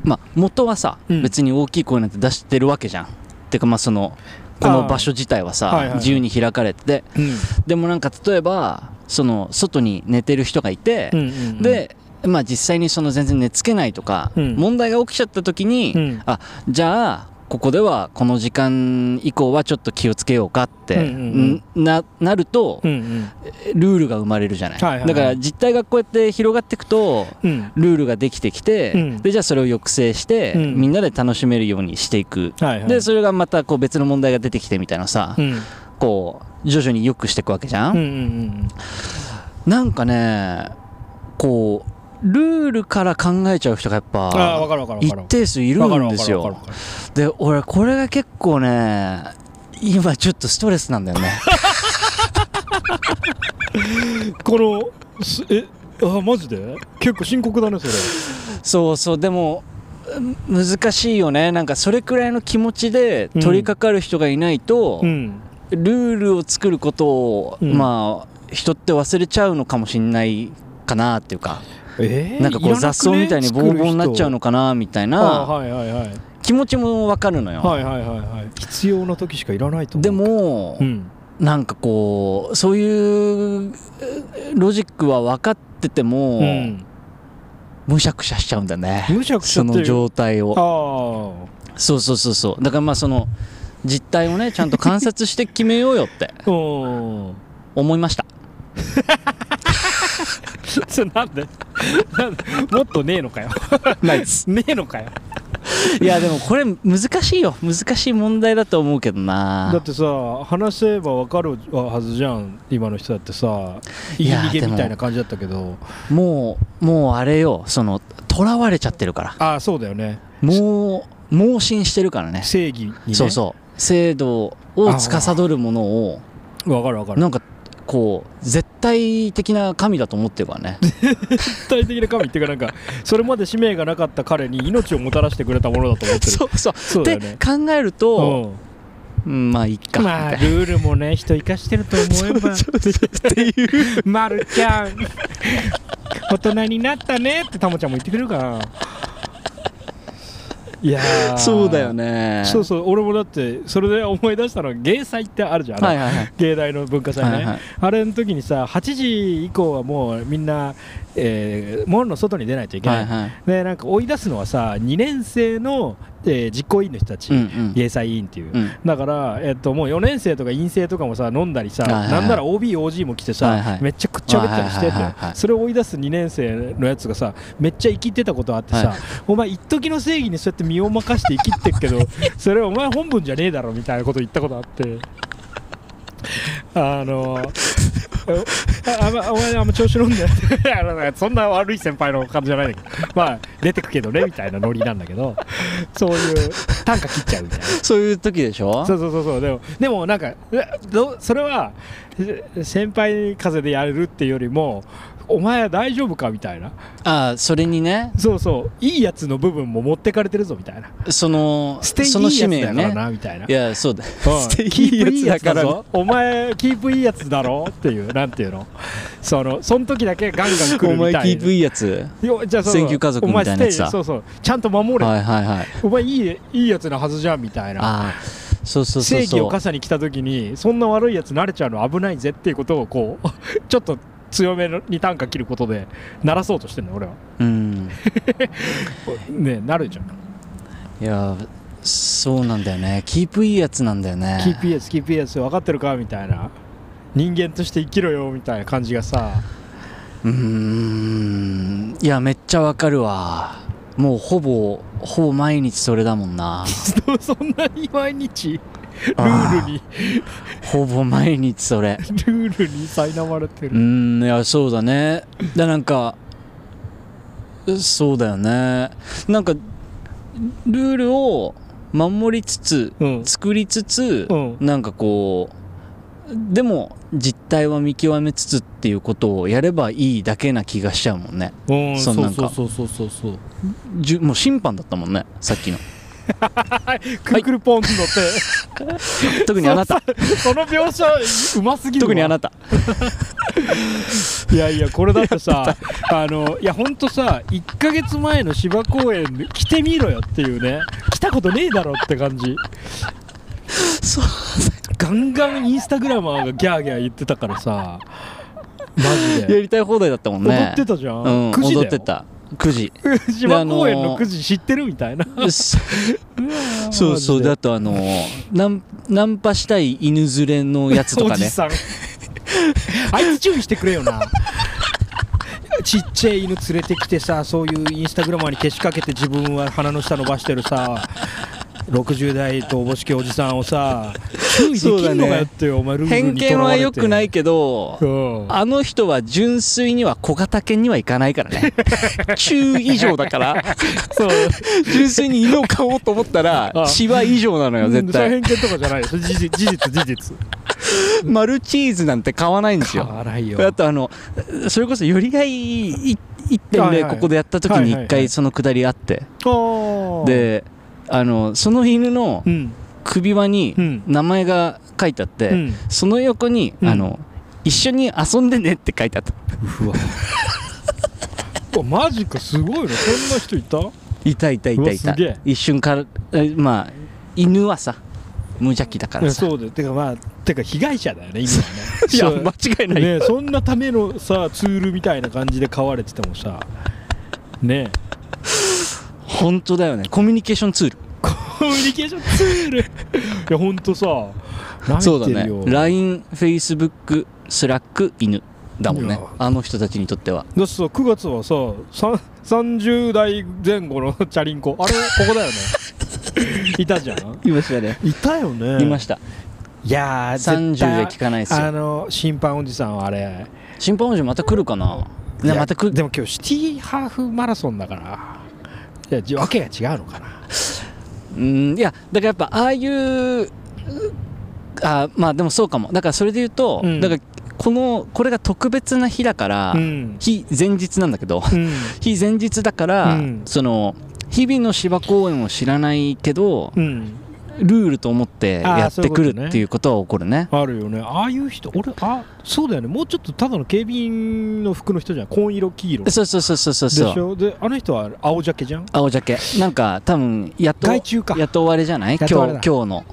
まあ元はさ、うん別に大きい声なんて出してるわけじゃんてかまあそのこの場所自体はさ、はいはいはい自由に開かれててうんでもなんか例えばその外に寝てる人がいて、うんうんで、まあ、実際にその全然寝つけないとか、うん問題が起きちゃった時に、うんあじゃあここではこの時間以降はちょっと気をつけようかって、うんうんんななると、うんうんルールが生まれるじゃない,、はいはいはいだから実態がこうやって広がっていくとうんルールができてきて、うんでじゃあそれを抑制して、うんみんなで楽しめるようにしていく、はいはいでそれがまたこう別の問題が出てきてみたいなさ、うんこう徐々に良くしていくわけじゃうんんうんうんなんかねこうルールから考えちゃう人がやっああ分ぱかる分かる分一かる定数いるわかるんわでかするわかるよで俺これが結構ね今ちょっとストレスなん だよねこのすえあマジで結構深刻だねそれそうそうでもうん難しいよねなんかそれくらいの気持ちでうん取り掛かる人がいないと、うんルールを作ることを、うんまあ人って忘れちゃうのかもしれないかなっていうかえなんかこう雑草みたいにボーボーになっちゃうのかなみたいあなはいはいはい気持ちもわかるのよ、はいはいはいはい必要な時しかいらないと思うでも、うんなんかこうそういうえロジックは分かってても、うんむしゃくしゃしちゃうんだねむしゃくしゃそってのいう状態をあそうそうそうそうだからまあその実態をねちゃんと観察して決めようよってあうん思いましたそれなんで なんでもっとねえのかよ ナイスねえのかよいやでもこれ難しいよ難しい問題だと思うけどなだってさ話せば分かるはずじゃん今の人だってさ言いいや逃げみたでいもな感じだったけどもうもうあれよそのとらわれちゃってるからああそうだよねもう盲信してるからね正義にねそうそう制度を司るものをう分かる分かるなんかこう絶対的な神だと思ってるから ね絶対的な神っていうかなんかそれまで使命がなかった彼に命をもたらしてくれたものだと思ってる そうそうそうだでよね考えると、うんまあいいかうんみたいまあなルールも ね人生かしてると思えばっていうまるちゃん大人になったねってたもちゃんも言ってくれるからいやーそうだよねそうそう俺もだってそれで思い出したのは芸祭ってあるじゃん、あのはいはいはい芸大の文化祭ね、はいはいあれの時にさ8時以降はもうみんな、えー門の外に出ないといけない、はいはいでなんか追い出すのはさ2年生の、えー実行委員の人たち、うんうん芸祭委員っていう、うんだから、えっともう4年生とか院生とかもさ飲んだりさ、はいはいはいなんなら OBOG も来てさ、はいはいめっちゃくっちゃべったりしてて、はいはいはいはいそれを追い出す2年生のやつがさめっちゃ生きてたことあってさ、はいお前一時の正義にそうやって身を任して生きてっ けどそれお前本文じゃねえだろみたいなこと言ったことあって。あのああんま、お前あんま調子乗んなよあのね そんな悪い先輩の感じじゃないんだけどまあ出てくけどねみたいなノリなんだけどそういう短歌切っちゃうみたいなそういう時でしょそうそうそうそうでもでもなんかえどそれはえ先輩風でやれるっていうよりもお前は大丈夫かみたいなああそれにねそうそういいやつの部分も持ってかれてるぞみたいなその捨ていいその使やつだ命をからねなみたいないやそうだうん捨てキープいいやつだいいやつだぞぞお前キープいいやつだろっていうなんていうのそのその時だけガンガン来るおみ前たキいープないいやつよじゃあそう選挙家族みたいなやつだお前ステイそうそうちゃんと守れ、はいはいはいお前いいいいやつなはずじゃんみたいなああそうそうそ正う義をそう傘に来た時にそんな悪いやつ慣れちゃうの危ないぜっていうことをこう ちょっと強めに短歌切ることで鳴らそうとしてるの俺はうんねえなるじゃんいやそうなんだよねキープいいやつなんだよねキー PS キー PS 分かってるかみたいな人間として生きろよみたいな感じがさ うーんいやめっちゃわかるわもうほぼほぼ毎日それだも んなそんなに毎日ルールにほぼ毎日それルールに苛まれてうるんいやそうだねでなんかそうだよねなんかルールを守りつつうん作りつつ、うんなんかこうでも実態は見極めつつっていうことをやればいいだけな気がしちゃうもんねうんそそうなうんそかうそうそうそうそうじゅもう審判だったもんねさっ きのくるくるポンのって 特にあなた その描写うますぎるわ特にあなたいやいやこれだってさあのいやほんとさ1ヶ月前の芝公園で来てみろよっていうね来たことねえだろって感じそうガンガンインスタグラマーがギャーギャー言ってたからさマジやでりたい放題だったもん踊ねってたじゃん、うん9時だ踊よってた9時 芝公園の9時知ってるみたいな そそうそうであとあのナンナンパしたい犬連れのやつと おかじねさんあいつ注意してくれよな ちっちゃい犬連れてきてさそういうインスタグラマーにけしかけて自分は鼻の下伸ばしてるさ60代とおぼしきおじさんをさ注意できそうのんだかねよっていうお前ルール偏に見は良くないいけどうんあの人は純粋には小型犬にはいかないか らね中以上だからそう純粋に犬を飼おうと思ったらあ芝以上なのよ絶う対んそれ偏見とかじゃないよそれ事実 事実事実マルチーズなんて買わないんですよ辛いよあとあのそれこそ寄りがいいはい1.0はいここでやった時にはいはい1回そのくだりあってであのその犬のうん首輪にうん名前が書いてあって、うんその横に、うんあの一緒に遊んでねって書いてあったうわうわマジかすごいなそんな人いたいたいたいうたわいすたげえ一瞬からえまあ犬はさ無邪気だかいらやさそうだよてかまあてか被害者だよね今はね いやそう間違いない、ねそんなためのさツールみたいな感じで買われててもさ ね本当だよねコミュニケーションツールコミュニケーションツールいやほんとさそうだ慣れてるよね LINEFacebook スラック犬だもんいねやあの人たちにとってはだってさ9月はささん30代前後のチャリンコあれここ だよねいたじゃんいましたねいたよねいましたいやー30絶対で聞かないっすよあの審判おじさんはあれ審判王子また来るかないねやまた来でるも今日シティハーフマラソンだからいやじわけが違うのかなうんいやだからやっぱああいうあまあでもそうかもだからそれで言うと、うんだからこのこれが特別な日だから、ん日前日なんだけど うん日前日だから、うんその日々の芝公園を知らないけどうんルールと思ってあーやっそういうてくことるねっていうことは起こるねあるよねああいう人俺あそうだよねもうちょっとただの警備員の服の人じゃん紺色黄色でそうそうそうそうそうしそうょであの人は青ジャケじゃん青ジャケなんか多分やっと外注かやっと終わりじゃないや今っ日と終わり今日の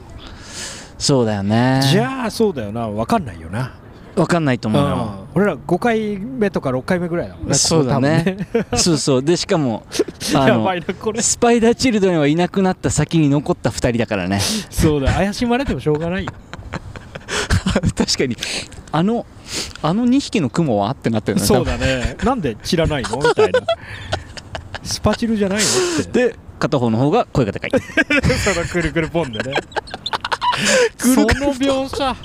そうだよねじゃあそうだよな分かんないよな、わかんないとう思うよん、俺ら5回目とか6回目ぐらいだもんねそうだねそうそうでしかも あやばいのなこれスパイダーチルドレンはいなくなった先に残った2人 だからねそうだ怪しまれてもしょうがないよ確かにあのあの2匹のクモはってなってるねそうだねなんで散らないのみたいなスパチルじゃないのってで片方の方が声 が高いそのくるくるポンでねその描写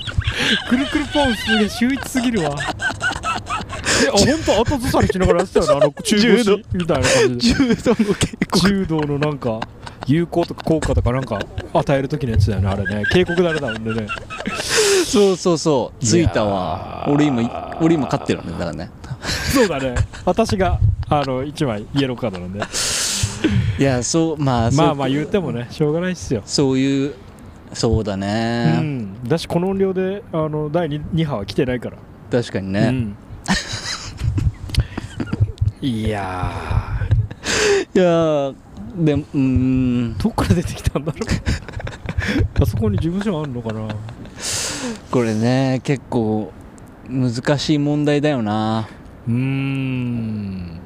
くるくるポンすげえ秀逸すぎるわいや本当後ずさりしながらやってたよねあの中柔道腰みたいな感じで柔道の稽柔道のなんか有効とか効果とかなんか与える時のやつだよねあれね警告だれだもんね古そうそうそうついたわいやー俺今俺今勝ってるんだか らねそうだね私があの1枚イエローカードなんでいやそうまあそうまあまあ言うてもねしょうがないっすよそういうそうだうね、んだしこの音量であの第 2, 波は来てないから確かにね、うん、いやいやーでもうーんーどっから出てきたんだろうあそこに事務所あるのかなこれね結構難しい問題だよなうーん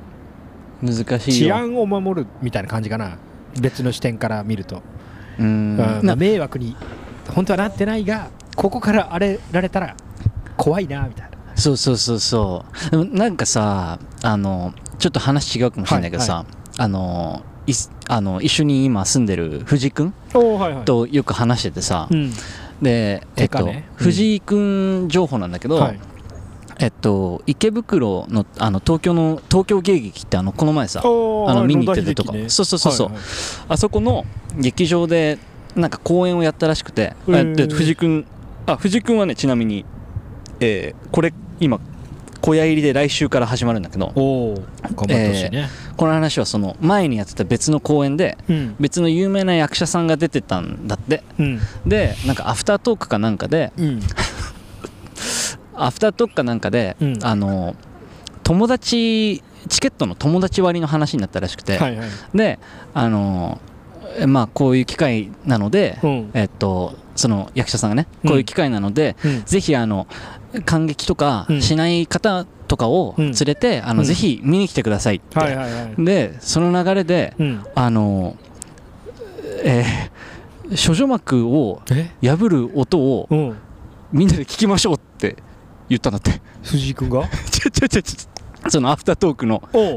難しい治よ安を守るみたいな感じかな別の視点から見ると、うーんうんな迷惑に本当はなってないがここからあれられたら怖いなみたいなそうそうそうそうでもなんかさあのちょっと話違うかもしれないけどさ、あのいすあの一緒に今住んでる藤井君おーはいはいとよく話しててさ、うんで、えてっかとねうん藤井君情報なんだけど、はいえっと、池袋のあの東京の東京芸劇ってあのこの前さおーあのはい見に行ってたとか、野田秀樹ねそうそうそうそう、はいはいあそこの劇場でなんか公演をやったらしくて、えーで藤井君あ藤井君はねちなみに、えーこれ今小屋入りで来週から始まるんだけどおお頑張ってほしいね、この話はその前にやってた別の公演でうん別の有名な役者さんが出てたんだってうんでなんかアフタートークかなんかでうんアフタートークかなんかで、うんあの友達チケットの友達割の話になったらしくて、はいはいであのえまあこういう機会なので、うんえっとその役者さんがねうんこういう機会なので、うんぜひあの感激とかうんしない方とかを連れて、あうのんぜひ見に来てくださいって、はいはいはいでその流れでうんあのえー、処女膜をえ破る音をうんみんなで聞きましょうって言ったんだって藤井君が ちょちょちょちょそのアフタートークのおう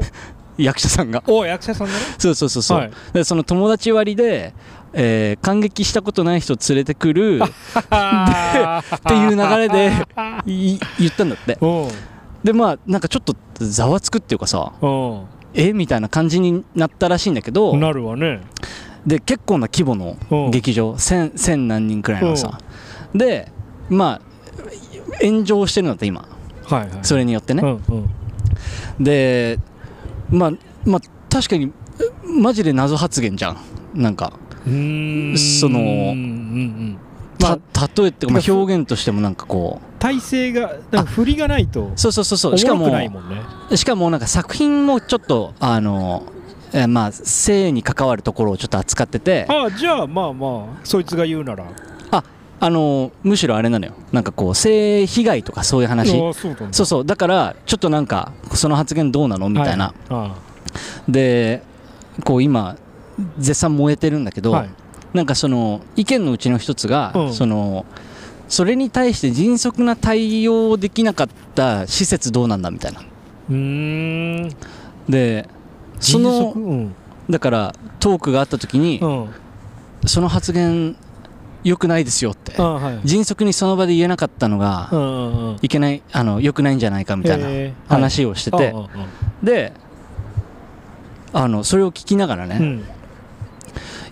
役者さんがおう役者さんがねそうそうそうそう、はいでその友達割で、えー感激したことない人連れてくる っていう流れでい言ったんだっておうでまあなんかちょっとざわつくっていうかさおえみたいな感じになったらしいんだけどうなるわねで結構な規模うんの劇場千千何人くらいのさでまあ炎上してるんだって今はいはいそれによってね、うんうんでまあまあ確かにえマジで謎発言じゃんなんかうーんそのうんうんまあた例えっていうかまてあか表現としてもなんかこうん体勢がなんか振りがないとうそうそうそうそおうしかもろくもないもんねしかもなんか作品もちょっとあのえーまあ性に関わるところをちょっと扱っててああじゃあまあまあそいつが言うならあのむしろあれなのよなんかこう性被害とかそういう話ああそうなんだそうそうだからちょっとなんかその発言どうなのみたいな、あでこう今絶賛燃えてるんだけあど、はいなんかその意見のうちの一つが、うんそのそれに対して迅速な対応できなかった施設どうなんだみたいなうーんでそ迅の速うんだからトークがあった時に、うんその発言良くないですよってああはいうん迅速にその場で言えなかったのが、うんうんいけないあの良くないんじゃないかみたいなえー話をしてて、はいあああであのそれを聞きながらね、あういん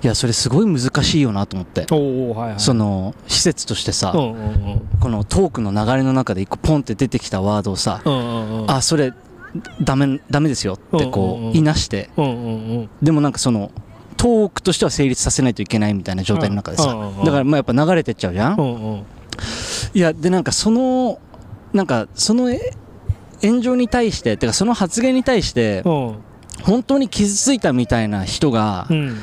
やそれすごい難しいよなと思って、おおはいはいその施設としてさ、うんうんうんこのトークの流れの中で一個ポンって出てきたワードをさ、うんうんうんあそれダメダメですよってうんうんうこんういなしてうんうんうんでもなんかそのトークとしては成立させないといけないみたいな状態の中でさ、うんうんうんだからまあやっぱ流れてっちゃうじゃん、うんうんいやでなんかそのなんかそのえ炎上に対しててかその発言に対してうん本当に傷ついたみたいな人がうん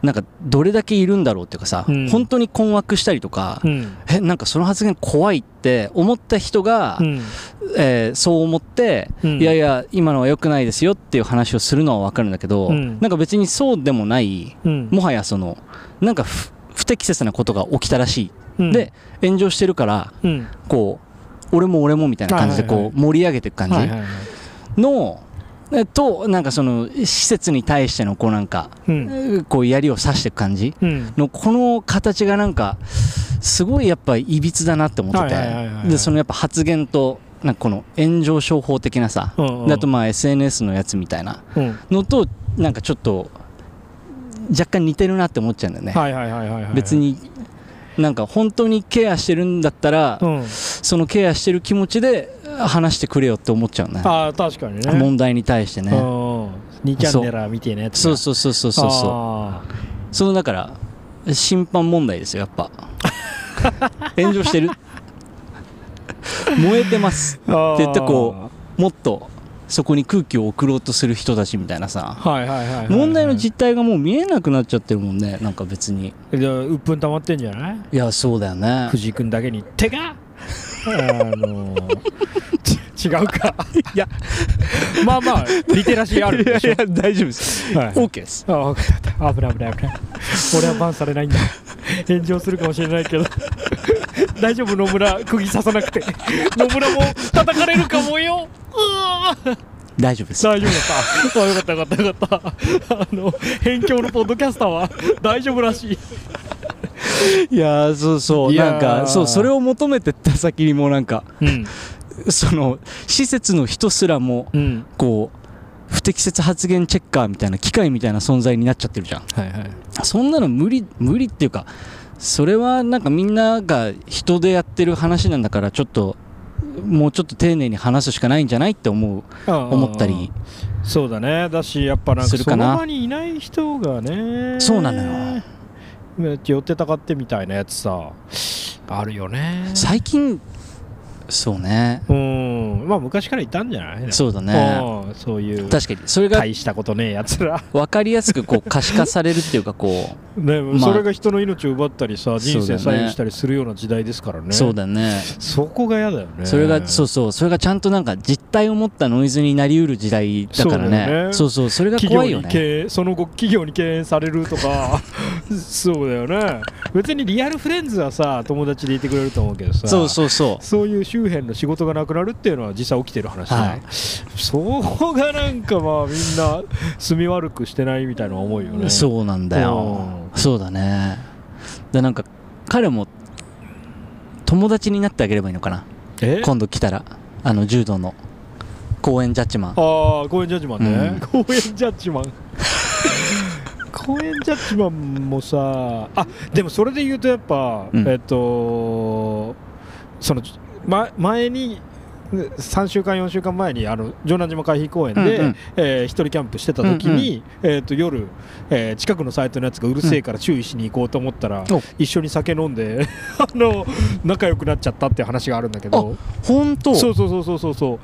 なんかどれだけいるんだろうっていうかさ、うん本当に困惑したりとか、うんえなんかその発言怖いって思った人が、うんえーそう思って、うんいやいや今のは良くないですよっていう話をするのは分かるんだけど、うんなんか別にそうでもないうんもはやそのなんか不不適切なことが起きたらしうい、んで炎上してるからうんこう俺も俺もみたいな感じではいはいこう盛り上げていく感はいはいはいじの、えとなんかその施設に対してのこうなんか、うんこう槍を刺していく感じうんのこの形がなんかすごいやっぱいびつだなって思ってはいはいはいはいてでそのやっぱ発言となんかこの炎上商法的なさうんうんだとまあ SNS のやつみたいなうんのとなんかちょっと若干似てるなって思っちゃうんだよねはいはいはいはいはい別になんか本当にケアしてるんだったらうんそのケアしてる気持ちで話してくれよって思っちゃうねああ確かにね問題に対してうねん2チャンネルみたいなやつそうそうそうそうそうそうあそのだから審判問題ですよやっ ぱ炎上してる燃えてますってー言ってこうもっとそこに空気を送ろうとする人たちみたいなさはいはいはいはいはい問題の実態がもう見えなくなっちゃってるもんねなんか別にじゃあ鬱憤溜まってんじゃないいやそうだよね藤井君だけに「てか! 」あのち違うかいやまあまあリテラシーあるでしょ大丈夫ですはい OK ですあ分かった危ない危ない危ない俺はバンされないんだ炎上するかもしれないけど大丈夫野村釘刺さなくて野村も叩かれるかもようわー大丈夫です大丈夫だった。あよかったよかったよかった。あの、辺境のポッドキャスターは大丈夫らしい。いやーそうそういやーなんかそうそれを求めてった先にもなんかうん。その施設の人すらもうん。こう不適切発言チェッカーみたいな機械みたいな存在になっちゃってるじゃんはいはい。そんなの無理無理っていうかそれはなんかみんなが人でやってる話なんだからちょっともうちょっと丁寧に話すしかないんじゃないって思う思ったりそうだねだしやっぱなんかするそかなの場にいない人がねそうなのよめっちゃ寄ってたかってみたいなやつさあるよね最近そうねうんまあ昔からいたんじゃないそうだねうんそういう確かにそれが大したことねえやつら 分かりやすくこう可視化されるっていうかこね、あそれが人の命を奪ったりさ人そうだ生ね左右したりするような時代ですから ねうそうだねそこが嫌だよねそれがそううそうそれがちゃんとなんか実態を持ったノイズになりうる時代だからそうだよねねそうそうそれが企怖業いよにね敬遠その後企業に敬遠されると かそうだよね別にリアルフレンズはさ友達でいてくれると思うけどさそうそうそそういう周辺の仕事がなくなるっていうのは実際起きてる話だ、はいそこがなんかまあみんな住み悪くしてないみたいな思うよねうそうなんだよそうだねでなんか彼も友達になってあげればいいのかなえ今度来たらあの柔道の公演ジャッジマンああ公園ジャッジマンね、 公園ジャッジマン 公園ジャッジマンもさあでもそれで言うとやっぱ、うんえっとその、ま、前に3週間4週間前にあの城南島海浜公園で、うんうんえー一人キャンプしてた時に、えー、と夜、えー近くのサイトのやつがうるせえから注意しに行こうと思ったら、お一緒に酒飲んで あの仲良くなっちゃったっていう話があるんだけど本当そうそうそうそうそうそう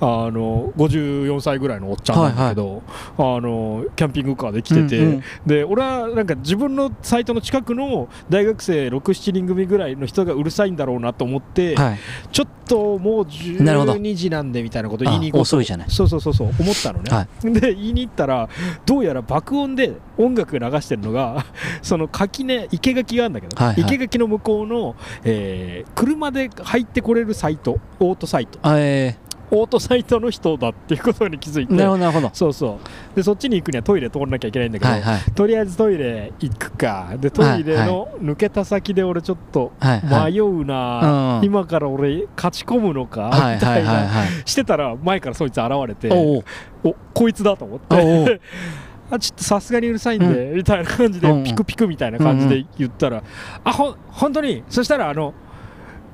あの54歳ぐらいのおっちゃんなんだけど、あのキャンピングカーで来てて、うんうんで俺はなんか自分のサイトの近くの大学生67人組ぐらいの人がうるさいんだろうなと思って、はいちょっともうなるほど12時なんでみたいなこと言いに行こうと遅いじゃないそうそうそうそう思ったのね、はで言いに行ったらどうやら爆音で音楽流してるのが その垣根生垣があるんだけど、はいはい生垣の向こうの、えー車で入ってこれるサイトオートサイトあえオートサイトの人だっていうことに気づいー、なるほてどなるほどそうそうでそっちに行くにはトイレ通らなきゃいけないんだけど、はいはいとりあえずトイレ行くかでトイレの抜けた先で俺ちょっとはいはい迷うな、うん今から俺勝ち込むのか、はいみたはいいはいなはいしてたら前からそいつ現れておうおこいつだと思っおてうおう あちょっとさすがにうるさいんで、みたいな感じで、うんうんピクピクみたいな感じで言ったら、あほん本当にそしたらあの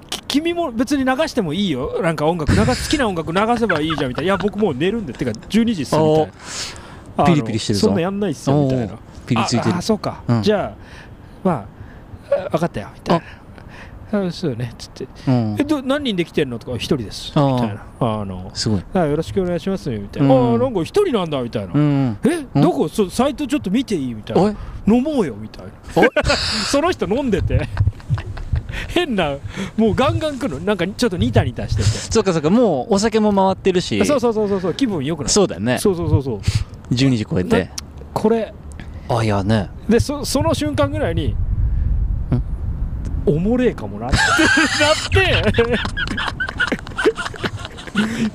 き君も別に流してもいいよなんか音楽流好きな音楽流せばいいじゃんみたいないや僕もう寝るんでってか12時っすみたいなあのピリピリしてるぞそんなやんないっすよみたいなおうピリついてあるあそうか、うんじゃあまああ分かったよみたいなあそうよねつってうんえど何人で来てるのとか一人ですみあーたいなあのすごいあよろしくお願いしますみたいな、うんあなんか一人なんだみたいな、うんえうんどこそサイトちょっと見ていいみたいおない飲もうよみたいな その人飲んでて 変なもうガンガン来るのなんかちょっとニタニタしてて、そうかそうかもうお酒も回ってるしそうそうそうそうそう気分良くなるそうだよねそうそうそうそう12時超えてこれあいやねでそその瞬間ぐらいにおもれえかもなってなって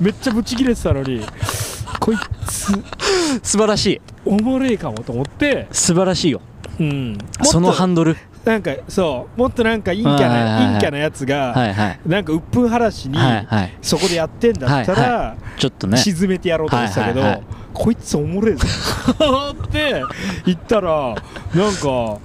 めっちゃブチ切れてたのにこいつ素晴らしいおもれえかもと思って、素晴らしいようん、そのハもっンドルとなんかそうもっとなんか陰キャはいはいなはい陰キャなやつが、はいはいなんか鬱憤晴らしに、はいはいそこでやってんだったら、はいちょっとね沈めてやろうと思ってたけど、はいはいはいこいつおもれえぞって言ったらなんか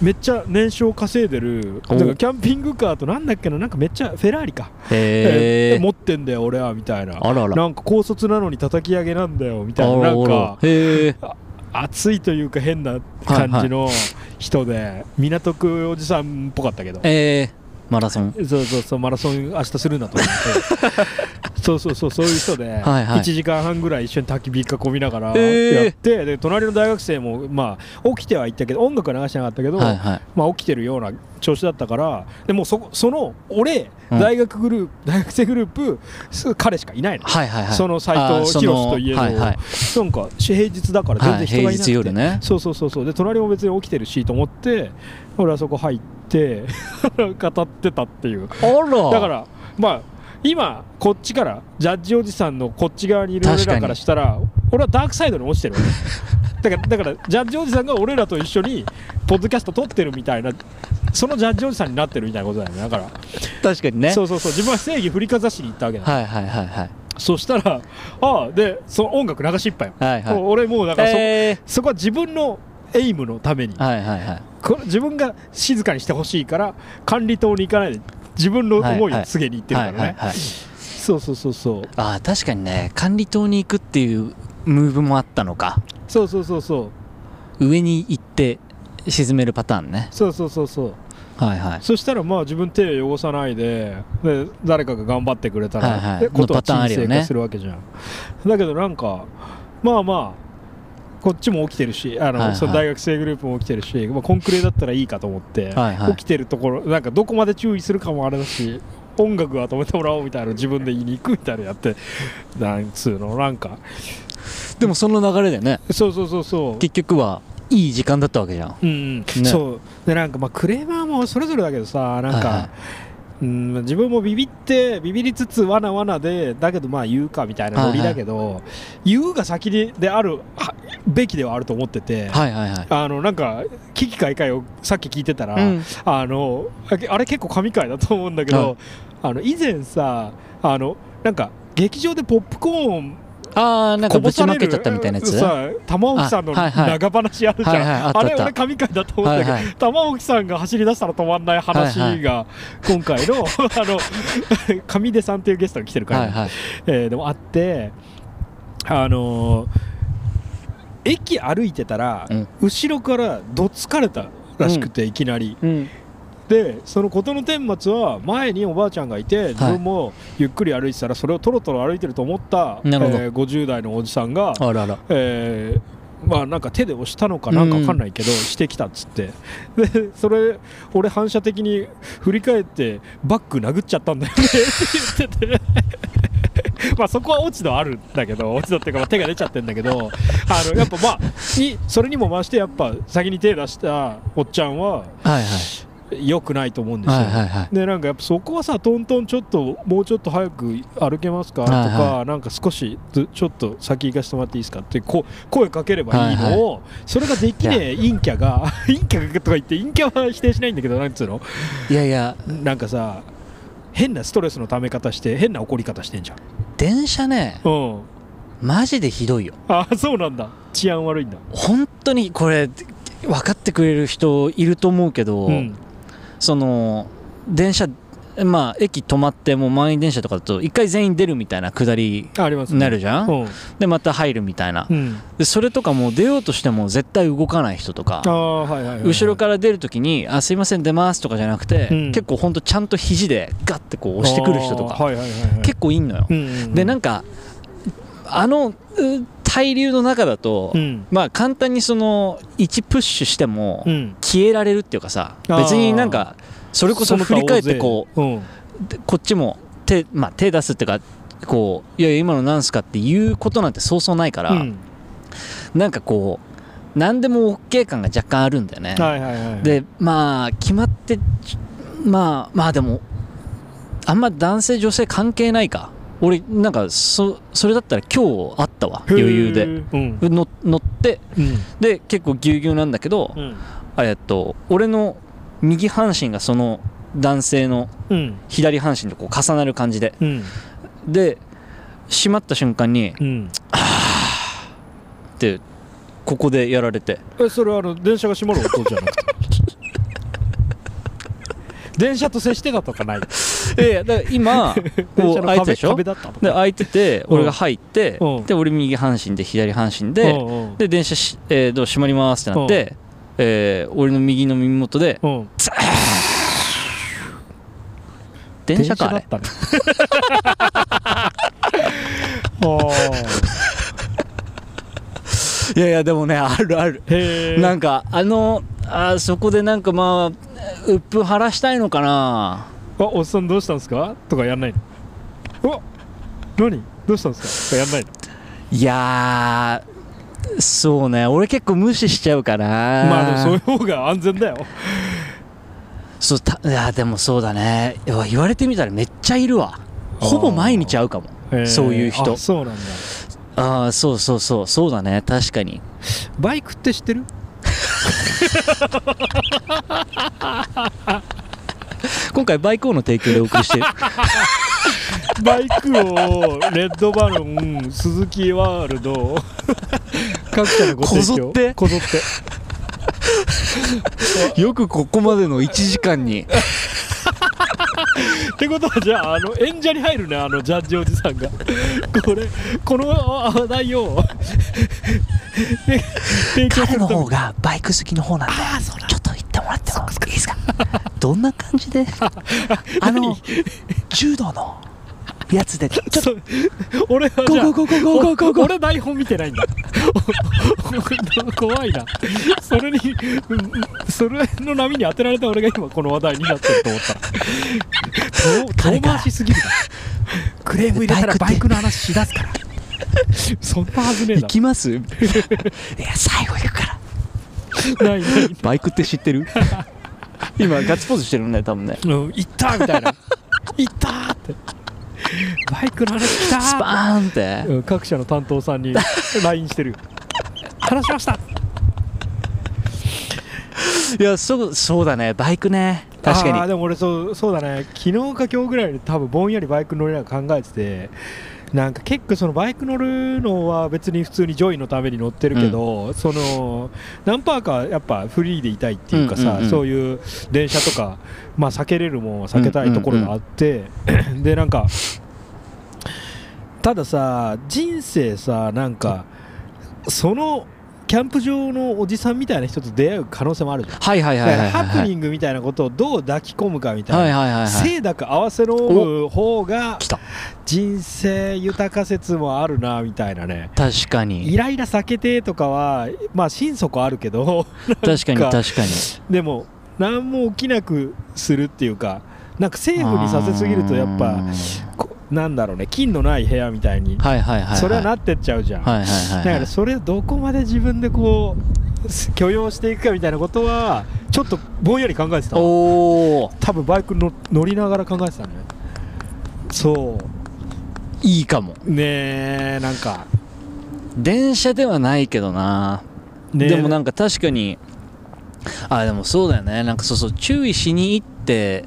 めっちゃ年商稼いでるおなんかキャンピングカーとなんだっけななんかめっちゃフェラーリか、へえーー持ってんだよ俺はみたいなあらあらなんか高卒なのに叩き上げなんだよみあたいならなんあからへえ熱いというか変な感じの人で、港区おじさんっぽかったけどえーマラソンそうそうそうマラソン明日するんだと思 ってそうそうそうそういう人ではいはい1時間半ぐらい一緒に焚き火囲みながらえーやって、で隣の大学生もまあ起きてはいったけど音楽は流してなかったけど、はいはいまあ、起きてるような調子だったからでもうそこその俺、うん大学グループ大学生グループす彼しかいないの、はいはいはいその斎藤あーその博といえどはいはいなんか平日だから全は然い人がいなく平日て、夜ねそうそうそうそうで隣も別に起きてるしと思って 俺はそこ入って語ってたっていうあらだからまあ今こっちからジャッジおじさんのこっち側にいる俺確からにからしたら俺はダークサイドに落ちてるわけだからだからジャッジおじさんが俺らと一緒にポッドキャスト撮ってるみたいなそのジャッジおじさんになってるみたいなことだよねだから、確かにねそうそうそう自分は正義振りかざしに行ったわけだ、はいはいはいはいそしたらああでその音楽流しっぱよ、はいはいもう俺もうだからそ,、えそこは自分のエイムのためにーはいはいはいこれ自分が静かにしてほしいから管理棟に行かないで自分の思いを告げに行ってるからはいね、はいはいそうそうそうそうああ確かにね管理棟に行くっていうムーブもあったのかそうそうそうそう上に行って沈めるパターンねそうそうそうそうはいはいそしたらまあ自分手を汚さないでで誰かが頑張ってくれたら、はいはいえことはのパターンある沈よね静化するわけじゃん、だけどなんかまあまあこっちも起きてるしあの、はいはいその大学生グループも起きてるし、まあ、コンクレだったらいいかと思って、はいはい起きてるところなんかどこまで注意するかもあれだし音楽は止めてもらおうみたいなの自分で言いに行くみたいなのやってなんつうのなんかでもその流れでねそうそうそうそう結局はいい時間だったわけじゃんうん、そうでなんかまあクレーマーもそれぞれだけどさなんか、はいはうん自分もビビってビビりつつわなわなでだけどまあ言うかみたいなノリだけど、言うが先でであるはべきではあると思ってて、はいはいはいあのなんか危機開会をさっき聞いてたら、うんあのああれ結構神回だと思うんだけど、はいあの以前さあのなんか劇場でポップコーンああなんかぶちまけちゃったみたいなやつはいさ玉置さんのあはいはい長話あるじゃん、はいはいあったあれあった俺神回だと思うんだはけいど、玉置さんが走り出したら止まんない話はいが今回の あの神出さんっていうゲストが来てるから、はいはいえーでもあってあのー駅歩いてたら、うん後ろからどつかれたらしくて、いきなりうんでその事の顛末は前におばあちゃんがいて自分もゆっくり歩いてたらそれをとろとろ歩いてると思った、なるほどえー50代のおじさんが、あらあらえーまあなんか手で押したのかなんかわかんないけど、してきたっつって でそれ俺反射的に振り返ってバッグ殴っちゃったんだよねって 言っててまあそこは落ち度あるんだけど落ち度っていうかまあ手が出ちゃってんだけどあのやっぱまあにそれにも増してやっぱ先に手出したおっちゃんははいはい良くないと思うんですよ。はいはいはいでなんかやっぱそこはさトントンちょっともうちょっと早く歩けますかとか、はいはなんか少しずちょっと先行かせてもらっていいですかってこう声かければいいのを、それができねえ陰キャが 陰キャがとか言って陰キャは否定しないんだけどなんつうのいやいやなんかさ変なストレスのため方して変な怒り方してんじゃん電車ねうんマジでひどいよあそうなんだ治安悪いんだ本当にこれ分かってくれる人いると思うけど、うんその電車まあ駅止まってもう満員電車とかだと一回全員出るみたいな下りありますねなるじゃん、うん、でまた入るみたいなうん、でそれとかもう出ようとしても絶対動かない人とかああはいはいはいはい、後ろから出るときに「あすいません出ます」とかじゃなくて、うん結構ほんとちゃんと肘でガッてこう押してくる人とあーかはいはいはいはい、結構いんのよ、うんうんうんでなんかあのう対流の中だと、うんまあ簡単にその1プッシュしてもうん消えられるっていうかさあー別になんかそれこそ振り返ってこう、うん、うでこっちも手,、まあ、手出すっていうかこういやいや今のなんすかっていうことなんてそうそうないから、うんなんかこう何でも OK 感が若干あるんだよね、はいはいはい、でまあ決まってちまあまあでもあんま男性女性関係ないか俺なんかそそれだったら今日あったわ余裕へでーうんの乗ってうんで結構ぎゅうぎゅうなんだけど、うんあえっと俺の右半身がその男性のうん左半身とこう重なる感じでうんで閉まった瞬間にうんってここでやられてえそれはあの電車が閉まる音じゃな くて電車と接してたと かないいやいやだから 今電こ車のう開い壁てたでしょ壁だったとでか開いててうん俺が入って、うんで俺右半身で左半身うで、んうんで電車し、えーどう閉まりますってなって、えー俺の右の耳元でうん電車かあだれ ったねあいやいやでもねあるあるーへえなんかあのあーそこでなんかまあうっぷ晴らしたいのかなあおっさんどうしたんですかとかやんないのうわ何どうしたんですかとかやんないのいやーそうね俺結構無視しちゃうかなまあでもそういう方が安全だよそうたいやでもそうだねうわ言われてみたらめっちゃいるわほぼ毎日会うかもへーそういう人あそうなんだああそうそうそうそうだね確かにバイクって知ってる今回バイク王の提供でお送りしてるバイクをレッドバロン鈴木ワールド各社のご提供こぞってこぞってよくここまでの1時間にってことはじゃああの演者に入るねあのジャッジおじさんがこれこの話題を提供す彼るのと方がバイク好きの方なんでちょっと言ってもらってもいいですかどんな感じであの柔道のやつでちょっとそう俺はじゃあゴーゴーゴーゴーゴーゴーゴおー俺台本見てないんだ怖いなそれにうんそれの波に当てられた俺が今この話題になってると思ったら彼遠が回しすぎるなクレーム入れたらバイクの話しだすからそんなはずねえ行だきますいや最後行くからろないないバイクって知ってる今ガッツポーズしてるんだよ多分ねうん行ったみたいな行ったーってバイクの話来たースパーンってうん各社の担当さんに LINE してるよ話しましたいやそうそうだねバイクね確あかーにでも俺そうそうだね昨日か今日ぐらいに多分ぼんやりバイク乗りながら考えててなんか結構そのバイク乗るのは別に普通にジョイのために乗ってるけど、その何パーかやっぱフリーでいたいっていうかさ、うんうんうんそういう電車とか、まあ、避けれるもんは避けたいところがあって、でなんかたださ人生さなんかそのキャンプ場のおじさんみたいな人と出会う可能性もあるじゃんはいはいはいだからはいはいハプはいニングみたいなことをどう抱き込むかみたいな、はいはいはいはい清濁合わせのむ方が来た人生豊か説もあるなみたいなね確かイにライラ避けてとかはまあ心底あるけど 確かになんか確かにでも何も起きなくするっていうかなんかセーフにさせすぎるとやっあぱーこなんだろうね金のない部屋みたいに、はいはいはいいそれはなってっちゃうじゃん、はいはいはいはいだからそれをどこまで自分でこう許容していくかみたいなことはちょっとぼんやり考えてたわおー多分バイクの乗りながら考えてたのよそういいかもねえなんか電車ではないけどな、ねでもなんんか確かにあでもそうだよねなんかそうそう注意しに行って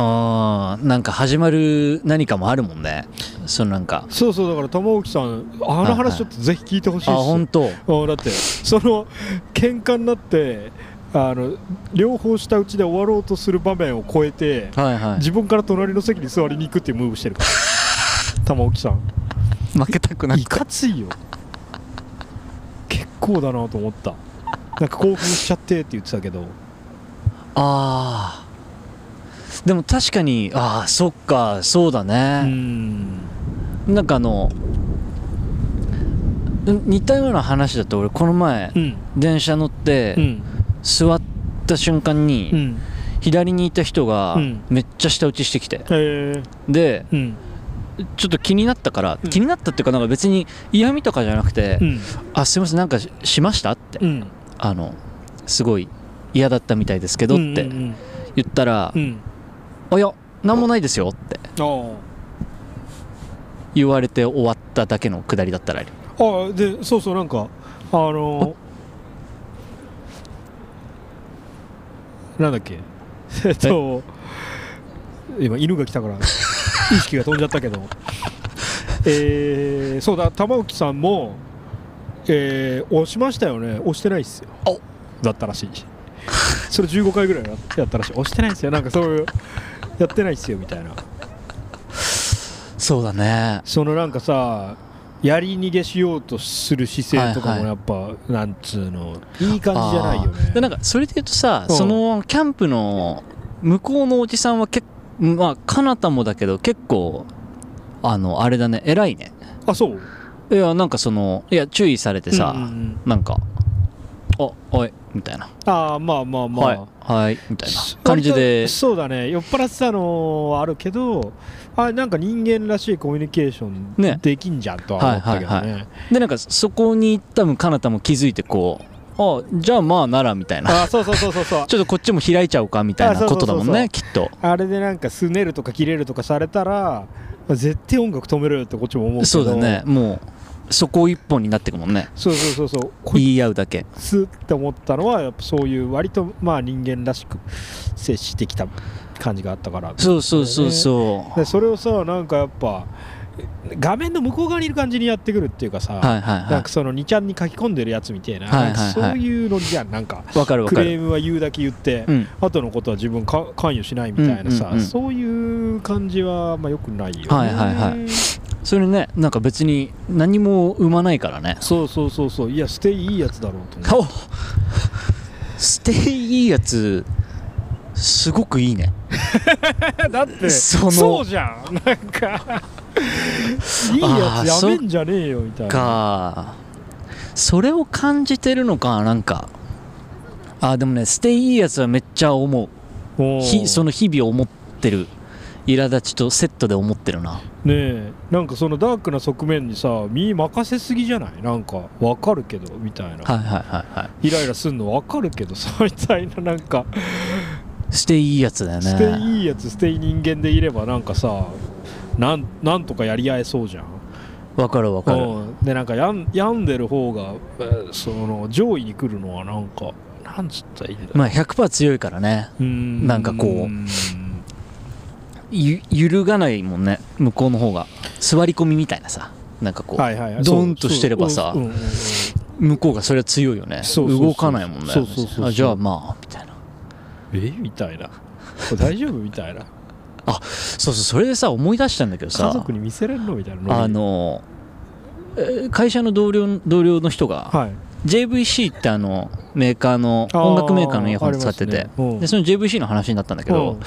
あーなんか始まる何かもあるもんねそのなんかそうそうだから玉置さんあの話ちょっとぜひ聞いてほしいですあよ本当あだってその喧嘩になってあの両方したうちで終わろうとする場面を超えてはいは自分から隣の席に座りに行くっていうムーブしてるから 玉置さんい負けたくないかついよ結構だなと思ったなんか興奮しちゃってって言ってたけどあーでも確かにああそっかそうだうね、んなんかあのん似たような話だと俺この前うん電車乗ってうん座った瞬間に、うん左にいた人がうんめっちゃ舌打ちしてきて、へえでうんちょっと気になったから、ん気になったっていうかなんか別に嫌味とかじゃなくて「うんあすいませんなんかししました?」って、うんあのすごい嫌だったみたいですけどってうん言ったら「うんうんあいやなんもないですよ」ってあ言われて終わっただけのくだりだったらああでそうそうなんかあのなんだっけ えっと今犬が来たから意識が飛んじゃったけどえー、そうだ玉置さんもえー、押しましたよね押してないっすよだったらしいそれ15回ぐらいやったらしい押してないっすよなんかそういうやってないっすよみたいなそうだねそのなんかさやり逃げしようとする姿勢とかはいもはいやっぱ、なんつうのいい感じじゃないよあーねでなんかそれで言うとさ、うんそのキャンプの向こうのおじさんは結構まあかなたもだけど結構あのあれだね偉いねあそういやなんかそのいや注意されてさ、うんうんうんなんか「あはい」みたいなあーまあまあ「まあ、はい」はいみたいな感じで割とそうだね酔っ払ってたのはあるけどあなんか人間らしいコミュニケーショねンできんじゃんとは思ったけどねはいはいでなんかそこに多分かなたも気づいてこうあじゃあまあならみたいなあそうそうそうそうそう ちょっとこっちも開いちゃおうかみたいあそなうそこうそうそとだうもんねきっとあれでなんかすねるとか切れるとかされたら絶対音楽止めろよってこっちも思うけどそうだねもうそこ一本になってくもんねそうそうそうそうこい言い合うだけつって思ったのはやっぱそういう割とまあ人間らしく接してきた感じがあったからそうそうそうそでそれをさなんかやっぱ画面の向こう側にいる感じにやってくるっていうかさ、うはいはいなんはかその2ちゃんに書き込んでるやつみたいな,、はいはいはいそういうのじゃんなんかいわかるわクかレるームは言うだけ言って、うん後のことは自分か関与しないみたいなさ、うんうんうんそういう感じはまあよくないよね、はいはいはいそれねなんか別に何も生まないからねそうそうそうそういやステイいいやつだろうと思っておステイいいやつすごくいいねだってそのそうじゃんなんかいいやつやめんじゃねえよみたいなかそれを感じてるのかなんかあでもねステイいいやつはめっちゃ思うおうひその日々思ってる苛立ちとセットで思ってるなねえなんかそのダークな側面にさ身任せすぎじゃないなんかわかるけどみたいなはいはいはいはイライラすんのわかるけどさ みたいななんかいステイいいやつだよ捨てねいいやつ捨てい人間でいればなんかさなんなんとかやり合えそうじゃんわかるわかるうんでなんかやん病んでる方が、えーその上位に来るのはなんかなんつったらいいんだろうまあ100%強いからねうーんなんかこうーんゆ揺るがないもんね向こうの方が座り込みみたいなさなんかこう、はいはいはいドーンとしてればさそうそううんうんうん向こうがそれは強いよねそうそうそう動かないもんねそうそうそうそうあじゃあまあみたいなえみたいなこれ大丈夫みたいなそうそうそれでさ思い出したんだけど さ家族に見せれんのみたいなあのえー会社の同僚同僚の人がはい JVC ってあのメーカーのあー音楽メーカーのイヤホン使ってて、ありますねうんでその JVC の話になったんだけうどん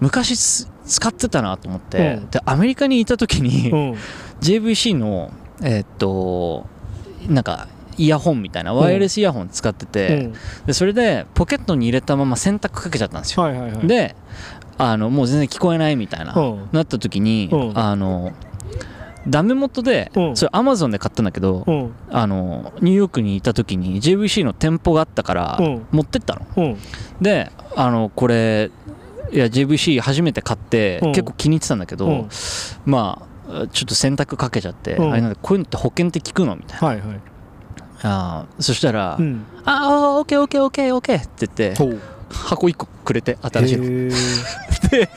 昔す使ってたなと思って、うんでアメリカにいた時に、うん JVC のえーっとなんかイヤホンみたいなワイヤレスイヤホン使ってて、でそれでポケットに入れたまま洗濯かけちゃったんですよ、はいはいはいであのもう全然聞こえないみたいな、うんなった時に、うんあのダメ元で、うんそれアマゾンで買ったんだけど、うんあのニューヨークにいた時に JVC の店舗があったから、うん持ってったのうんであのこれいや JVC 初めて買って、うん結構気に入ってたんだけど、うんまあちょっと洗濯かけちゃって、うんあれなんだこういうのって保険って聞くのみたいなはいはいあーそしたら「うんああ OKOKOKOK」って言ってほう箱1個くれて新しいのいへー で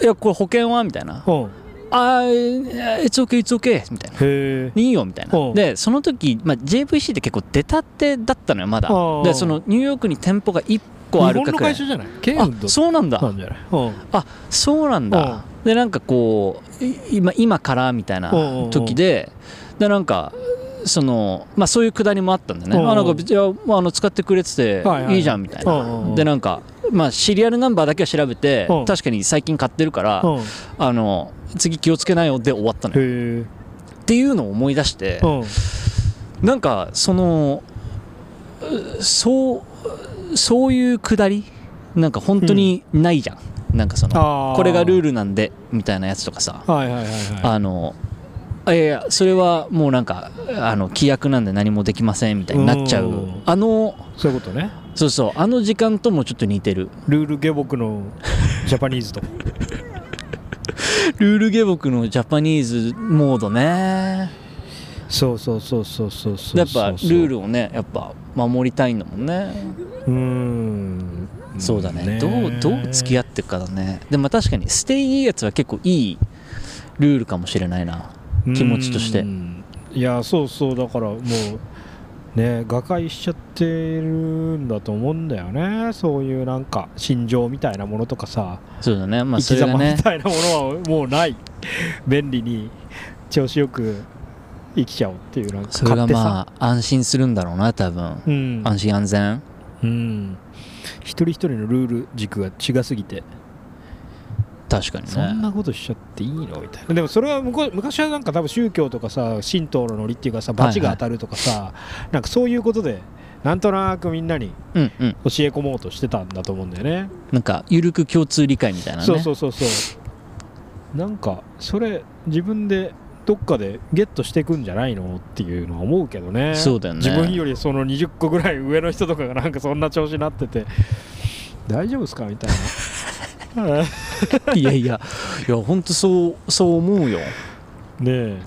ほやこれ保険は?」みたいな「うほうああ It's OK It's OK」みたいなへえいいよみたいうんなでその時、まあ、JVC って結構出たてだったのよまだうんでそのニューヨークに店舗が1個ある日本のかくら会い社じゃないケンウあッドそうなんなだんじゃないうんあそうなんだでなんかこうい今今からみたいなうんうんうん時ででなんかそのまあそういうくだりもあったんだねうんうんあなんか別にあまああの使ってくれててはいはいいいじゃんみたいうんうんうんなでなんかまあシリアルナンバーだけは調べてうん確かに最近買ってるからうんへあの次気をつけないよで終わったのよえっていうのを思い出してうんなんかそのうそうそういうくだりなんか本当にないじゃん、なんかそあのーこれがルールなんでみたいなやつとかさはいはいはいはいあのあいやいやそれはもうなんかあの規約なんで何もできませんみたいになっちゃううんあのそういうことねそうそうあの時間ともちょっと似てるルール下僕のジャパニーズとルール下僕のジャパニーズモードねそうそうそうそうそうそうやっぱルールルをねやっぱ守りたいんだもんねうーんそうだねどうどう付き合っってくかだねでも確かにステイいいやつは結構いいルールかもしれないな気持ちとしていやそうそうだからもうね瓦解しちゃってるんだと思うんだよねそういうなんか心情みたいなものとかさそうだねまあ生そきれが様ねみたいなものはもうない便利に調子よく生きちゃおうっていうなんかそれ勝が手さ、まあ安心するんだろうな多分うん、安心安全うん、一人一人のルール軸が違すぎて確かにそんねなことしちゃっていいのみたいなでもそれは向こう昔はなんか多分宗教とかさ神道のノリっていうかさ罰が当たるとかさ、なんかそういうことでなんとなくみんなにうんうん教え込もうとしてたんだと思うんだよねなんか緩く共通理解みたいなねそうそうそうそうなんかそれ自分でどっかでゲットしていくんじゃないのっていうのは思うけどねそうだよね自分よりその20個ぐらい上の人とかがなんかそんな調子になってて大丈夫ですかみたいなね いやいやいや本当そうそう思うよえ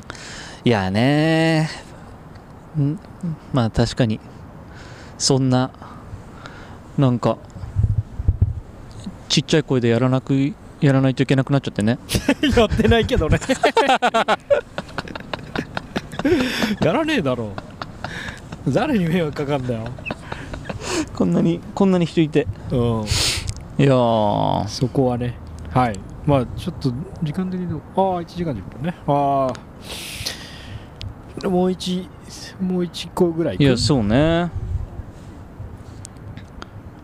いやねんまあ確かにそんななんかちっちゃい声でやらなくやらないといけなくなっちゃってね やってないけどねやらねえだろ誰に迷惑かかんだよ こんなにこんなに人いてうんいやーそこはねはいまあちょっと時間的にどうああ1時間10分ねああもう1もう1個ぐらいいやそうね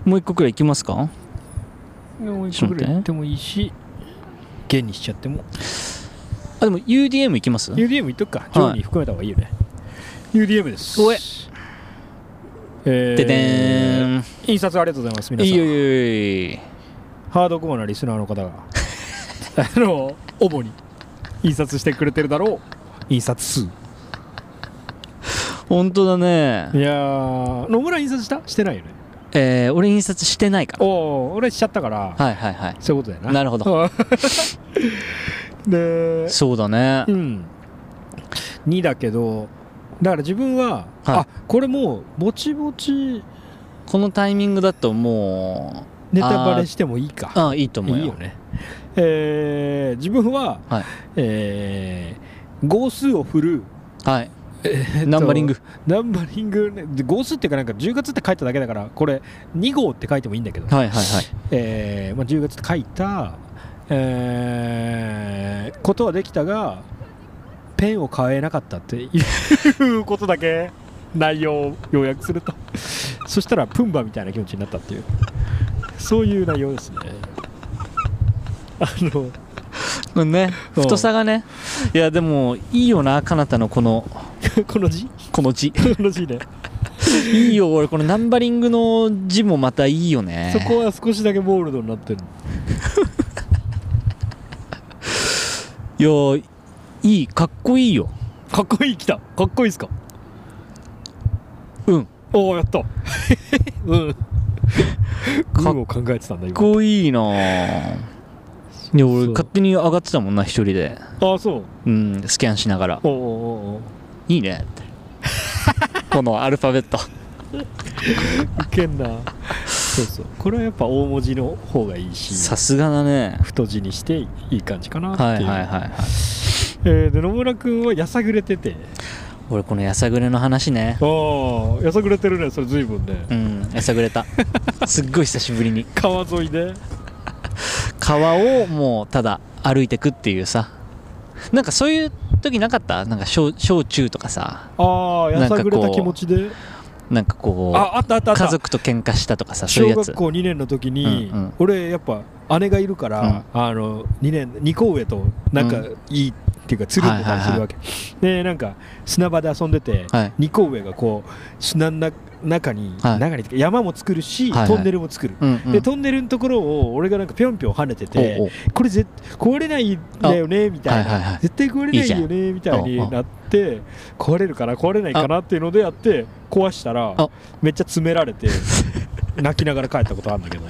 もう一個くらい行きますかもう1個ぐらい行ってもいいし現にしちゃってもあでも UDM 行きます UDM いっとくかジョーに含めた方がいいよね、UDM ですおええー、ででーん印刷ありがとうございます皆いさいんよいいよいいよハードコアなリスナーの方があの主に印刷してくれてるだろう印刷数本当だねいやー野村印刷したしてないよねえー、俺印刷してないからおお俺しちゃったから、はいはいはいそういうことだよななるほど でそうだねうん2だけどだから自分は、はいあこれもうぼちぼちこのタイミングだともネタバレしてもいいかうあいいと思うよいいよねえー自分は、はいえー号数を振るはいえっとナンバリングナンバリングねで号数っていうかなんか10月って書いただけだからこれ2号って書いてもいいんだけど、はいはいはいえーまあ、10月って書いた、えーことはできたがペンを買えなかったっていうことだけ内容を要約するとそしたらプンバみたいな気持ちになったっていうそういう内容ですねあのうんねうん太さがねいやでもいいよなかなたのこのこの字この字この字ねいいよ俺このナンバリングの字もまたいいよねそこは少しだけボールドになってるいやいいかっこいいよかっこいい来たかっこいいっすか うんおおやった うんかっ運を考えてたんだかっ今こいいなぁいや俺勝手に上がってたもんな一人でああそううんスキャンしながらおうおうおうおういいねってこのアルファベットいけんなそうそうこれはやっぱ大文字の方がいいしさすがだね太字にしていい感じかなっていう、はいはいはいはいえーで野村君はやさぐれてて俺このやさぐれの話ねああやさぐれてるねそれ随分ねうんやさぐれ たすっごい久しぶりに川沿いで川をもうただ歩いてくっていうさなんかそういう時なかったなんか小小中とかさああやさぐれたなんかこう気持ちでなんかこああったあったあうった家族と喧嘩したとかさそうい小うやつ学校2年の時に、うんうん俺やっぱ姉がいるから、あの2年2校上となんかういいっていうかつるんでたりするわけ、でなんか砂場で遊んでて、はい2校上がこう砂の中中に、はい中にっていうか山も作るし、はいはいトンネルも作る、うんうんでトンネルのところを俺がなんかぴょんぴょん跳ねてておうおうこれぜ壊れないんだよねみたいな、はいはいはい絶対壊れないよねみたいいいじゃんになって壊れるかな壊れないかなっていうのでやって壊したらあめっちゃ詰められ て泣きながら帰ったことあるんだけど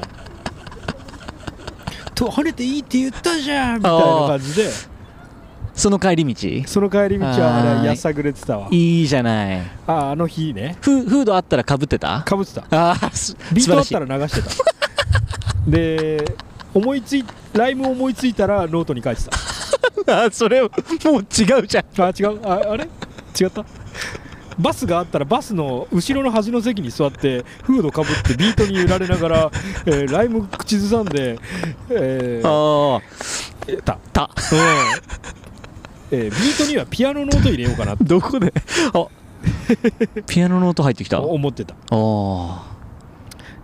「と跳ねていいって言ったじゃん」みたいな感じでその帰り道その帰り道あはーあれやさぐれてたわいいじゃないあーあの日ねフフードあったらかぶってたかぶってたああすビー素ト晴あらっしいたら流してたで思いついライム思いついたらノートに書いてたあーそれもう違うじゃんあ違うああれ違ったバスがあったらバスの後ろの端の席に座ってフードかぶってビートに揺られながら、えーライム口ずさんで、えーあえーた、うんあたえービートにはピアノの音入れようかなと どこであピアノの音入ってきたお思ってたお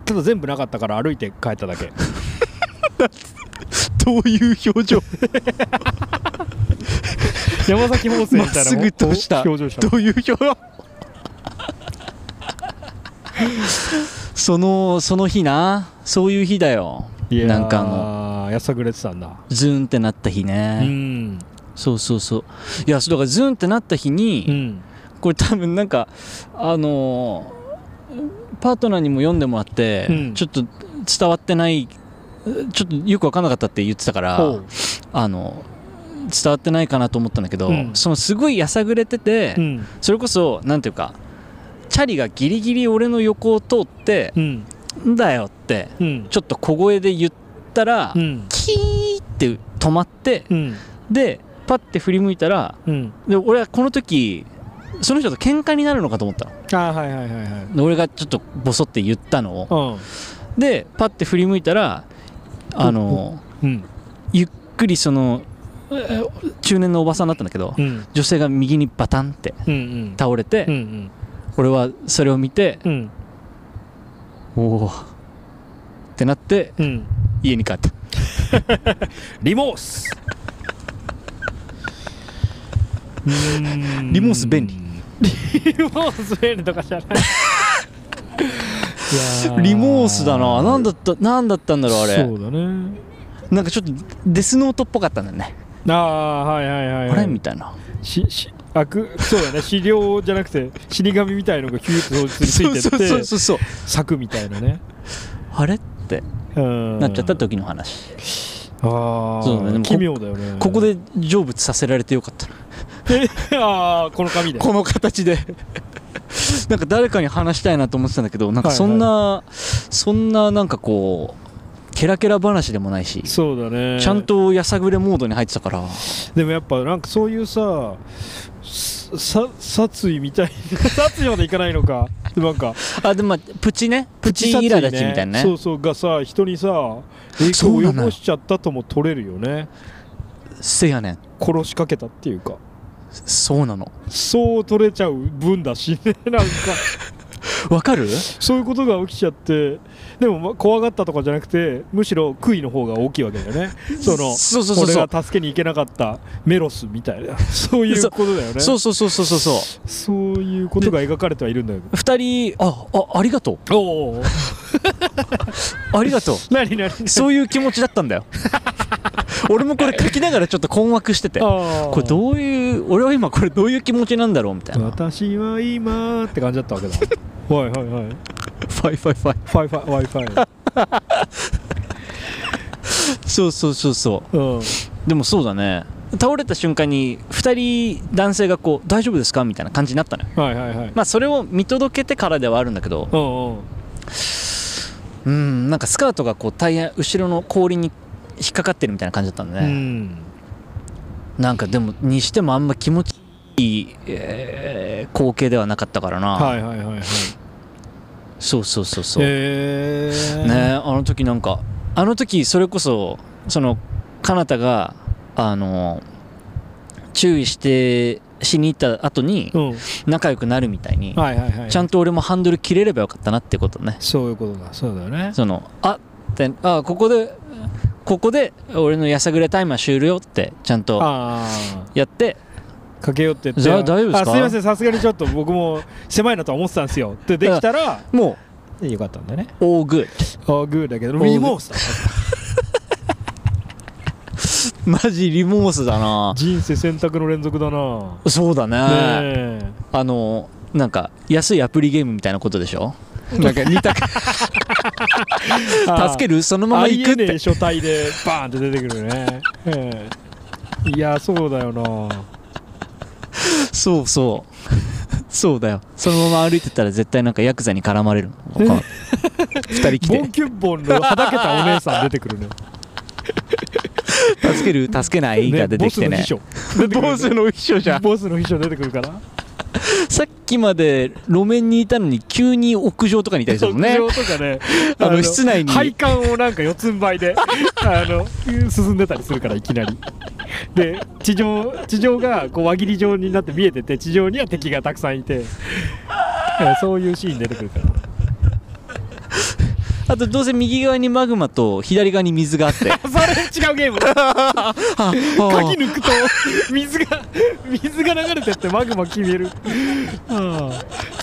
ただ全部なかったから歩いて帰っただけどういう表情山崎法政みたいな まっすぐとした表情したどういう表情そのその日なそういう日だよいやーなんかあのやさぐれてたんだズーンってなった日うねんそうそうそういやそうだからズンってなった日に、うんこれ多分なんかあのーパートナーにも読んでもらって、うんちょっと伝わってないちょっとよく分かんなかったって言ってたからほうあの伝わってないかなと思ったんだけど、うんそのすごいやさぐれてて、うんそれこそなんていうかチャリがギリギリ俺の横を通ってうん「んだよ」ってうんちょっと小声で言ったら、うんキーって止まってうんでパッて振り向いたらうんで俺はこの時その人と喧嘩になるのかと思ったのあーはいはいはいはいで俺がちょっとボソって言ったのをうんでパッて振り向いたらあのうんゆっくりそのえー中年のおばさんだったんだけどうん女性が右にバタンってうんうん倒れて、うん俺はそれを見て、うんうんおおってなってうん家に帰った リモース リモース便利リモース便利とかじゃない リモースだな何だった何だったんだろうあれそうだねなんかちょっとデスノートっぽかったんだよね、ああはいはいはい、はい、あれみたいなしし悪そうだね資料じゃなくて死神みたいのがキューッとついてってそうそうそう柵みたいなねあれってうんなっちゃった時の話、ああそうだねでもこ奇妙だよねここで成仏させられてよかった なああこの紙で この形でなんか誰かに話したいなと思ってたんだけどなんかそんな、そんななんかこうケラケラ話でもないし、そうだねちゃんとやさぐれモードに入ってたからでもやっぱなんかそういうささ殺意みたいな 殺意までいかないのかでなんかあでもまあプチねプチ殺意イラ立ちみたいなねそうそうがさ人にさ影響をそうな及のよぼしちゃったとも取れるよねせやねん殺しかけたっていうかそうなのそう取れちゃう分だしね なんかわかるそういうことが起きちゃってでもま怖がったとかじゃなくてむしろ悔いの方が大きいわけだよねそのそうそうそうそう俺が助けに行けなかったメロスみたいな そういうことだよねそうそうそうそうそうそうそういうことが描かれてはいるんだけど2人ああありがとおおうありがとう何 何そういう気持ちだったん だよ俺もこれ書きながらちょっと困惑しててあーこれどういう俺は今これどういう気持ちなんだろうみたいなフ私は今って感じだったわけだ はいはいはいァイファイファイファイファイワイファイそうそうそうそうんうでもそうだね倒れた瞬間に2人男性がこう大丈夫ですかみたいな感じになったのよはいはいはいまあそれを見届けてからではあるんだけどうんうんうんなんかスカートがこうタイヤ後ろの氷に引っかかってるみたいな感じだったんだうね、んなんかでもにしてもあんま気持ちいい、えー光景ではなかったからな、はいはいはいはいそうそうそうそう、へえねあの時なんかあの時それこそそのかなたがあの注意してしに行った後にうん仲良くなるみたいに、はいはいはいちゃんと俺もハンドル切れればよかったなってことねそういうことだそうだよねそのあってあここでここで俺のやさぐれタイマー終了ってちゃんとああやって駆け寄ってってじゃあ大丈夫ですかあすいませんさすがにちょっと僕も狭いなとは思ってたんですよってできた らもよかったんだよねうオーグーあーグーだけどーグーリモースだマジリモースだな人生選択の連続だなそうだねねえあのなんか安いアプリゲームみたいなことでしょなんか似た助けるるそのままあ行りくっえねえて書体でバーンって出てくるね、ええいやそうだよなそうそうそう だよそのまま歩いてたら絶対なんかヤクザに絡まれる の二人来ボンてキュッボンのはだけたお姉さん出てくるね「助ける助けない」が出てきてねボスの秘書 ボスの秘書じゃんボスの秘書出てくるからさっきまで路面にいたのに急に屋上とかにいたりするもんね屋上とかね あの室内に配管をなんか四つん這いで あの進んでたりするからいきなりで地上地上がこう輪切り状になって見えてて地上には敵がた くさんいてえそういうシーン出てくるからあとどうせ右側にマグマと左側に水があってそれ違うゲームあ鍵抜くと水が水が流れてってマグマ消えるああ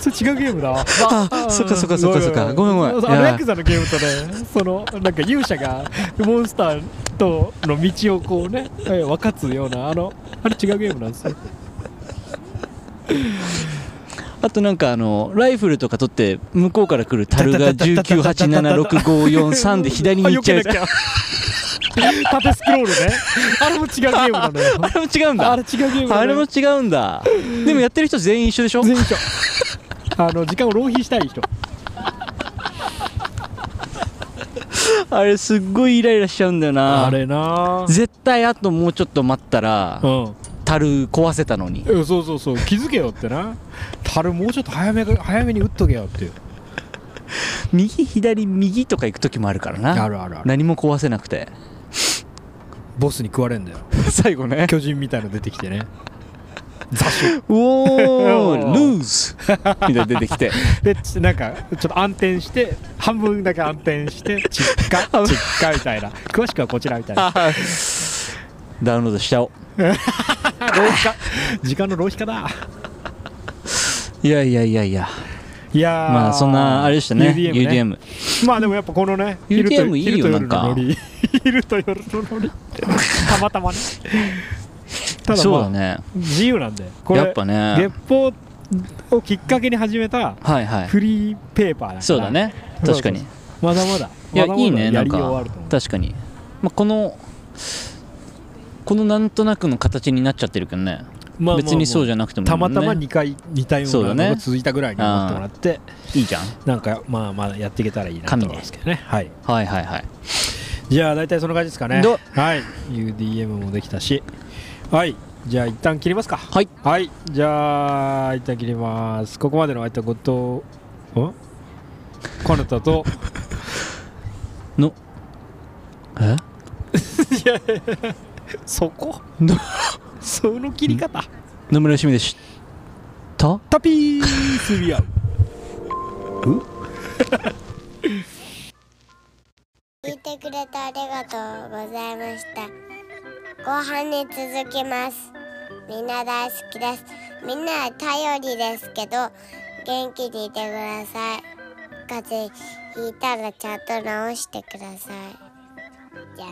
それ違うゲームだわああそっかそっかそっかそっかごめんごめんあのいやヤクザのゲームとねそのなんか勇者がモンスターとの道をこうねえ分かつようなあのあれ違うゲームなんですよあとなんかあのライフルとか取って向こうから来る樽が1987654で左に行っちゃうあ避けなきゃ縦スクロールねあれも違うゲームなのよ あれも違うんあだれ違うゲームなのよあれも違うんだでもやってる人全員一緒でしょ全員一緒あの時間を浪費したい人あれすっごいイライラしちゃうんだよなれな絶対あともうちょっと待ったらうん樽壊せたのにえそうそうそう気づけよってな樽もうちょっと早めが早めに打っとけよっていう右左右とか行く時もあるからなあるあるある何も壊せな くてボスに食われんだよ最後 ね巨人みたいの出てきてねお ールーズみたいな出てきてでちなんかちょっと暗転して半分だけ暗転してちっ かちっかみたいな詳しくはこちらみたいなダウンロードしちゃおう浪費か時間の浪費かだいやいやいやいやいやーまあそんなあれでしたね UDM, ね UDM まあでもやっぱこのね UDM いいよなんか昼と夜のノリ昼と夜のノリたまたまねただそうまだあね自由なんでこれやっぱね月報をきっかけに始めたはいはいフリーペーパーだからそうだね確かにそまだまだいやまだまだいいねやなんりようはあかると思う確かに、まあ、このこのなんとなくの形になっちゃってるけどねまあまあまあ別にそうじゃなくても、ね、たまたま2に回似たよそううだなねのが続いたぐらいに思ってもらっていいじゃんなんかまあまあやっていけたらいいなと神ね思うんですけどねはいはいはいはいじゃあ大体その感じですかねどはい UDM もできたしはいじゃあ一旦切りますかはいはいじゃあ一旦切りますここまでの相手は後藤んかなた とのえそこの その切り方野村よしみでしたタピースリアウ聞いてくれてありがとうございました後半に続きますみんな大好きですみんな頼りですけど元気にいてください風邪ひいたらちゃんと治してくださいじゃ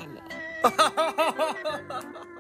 あね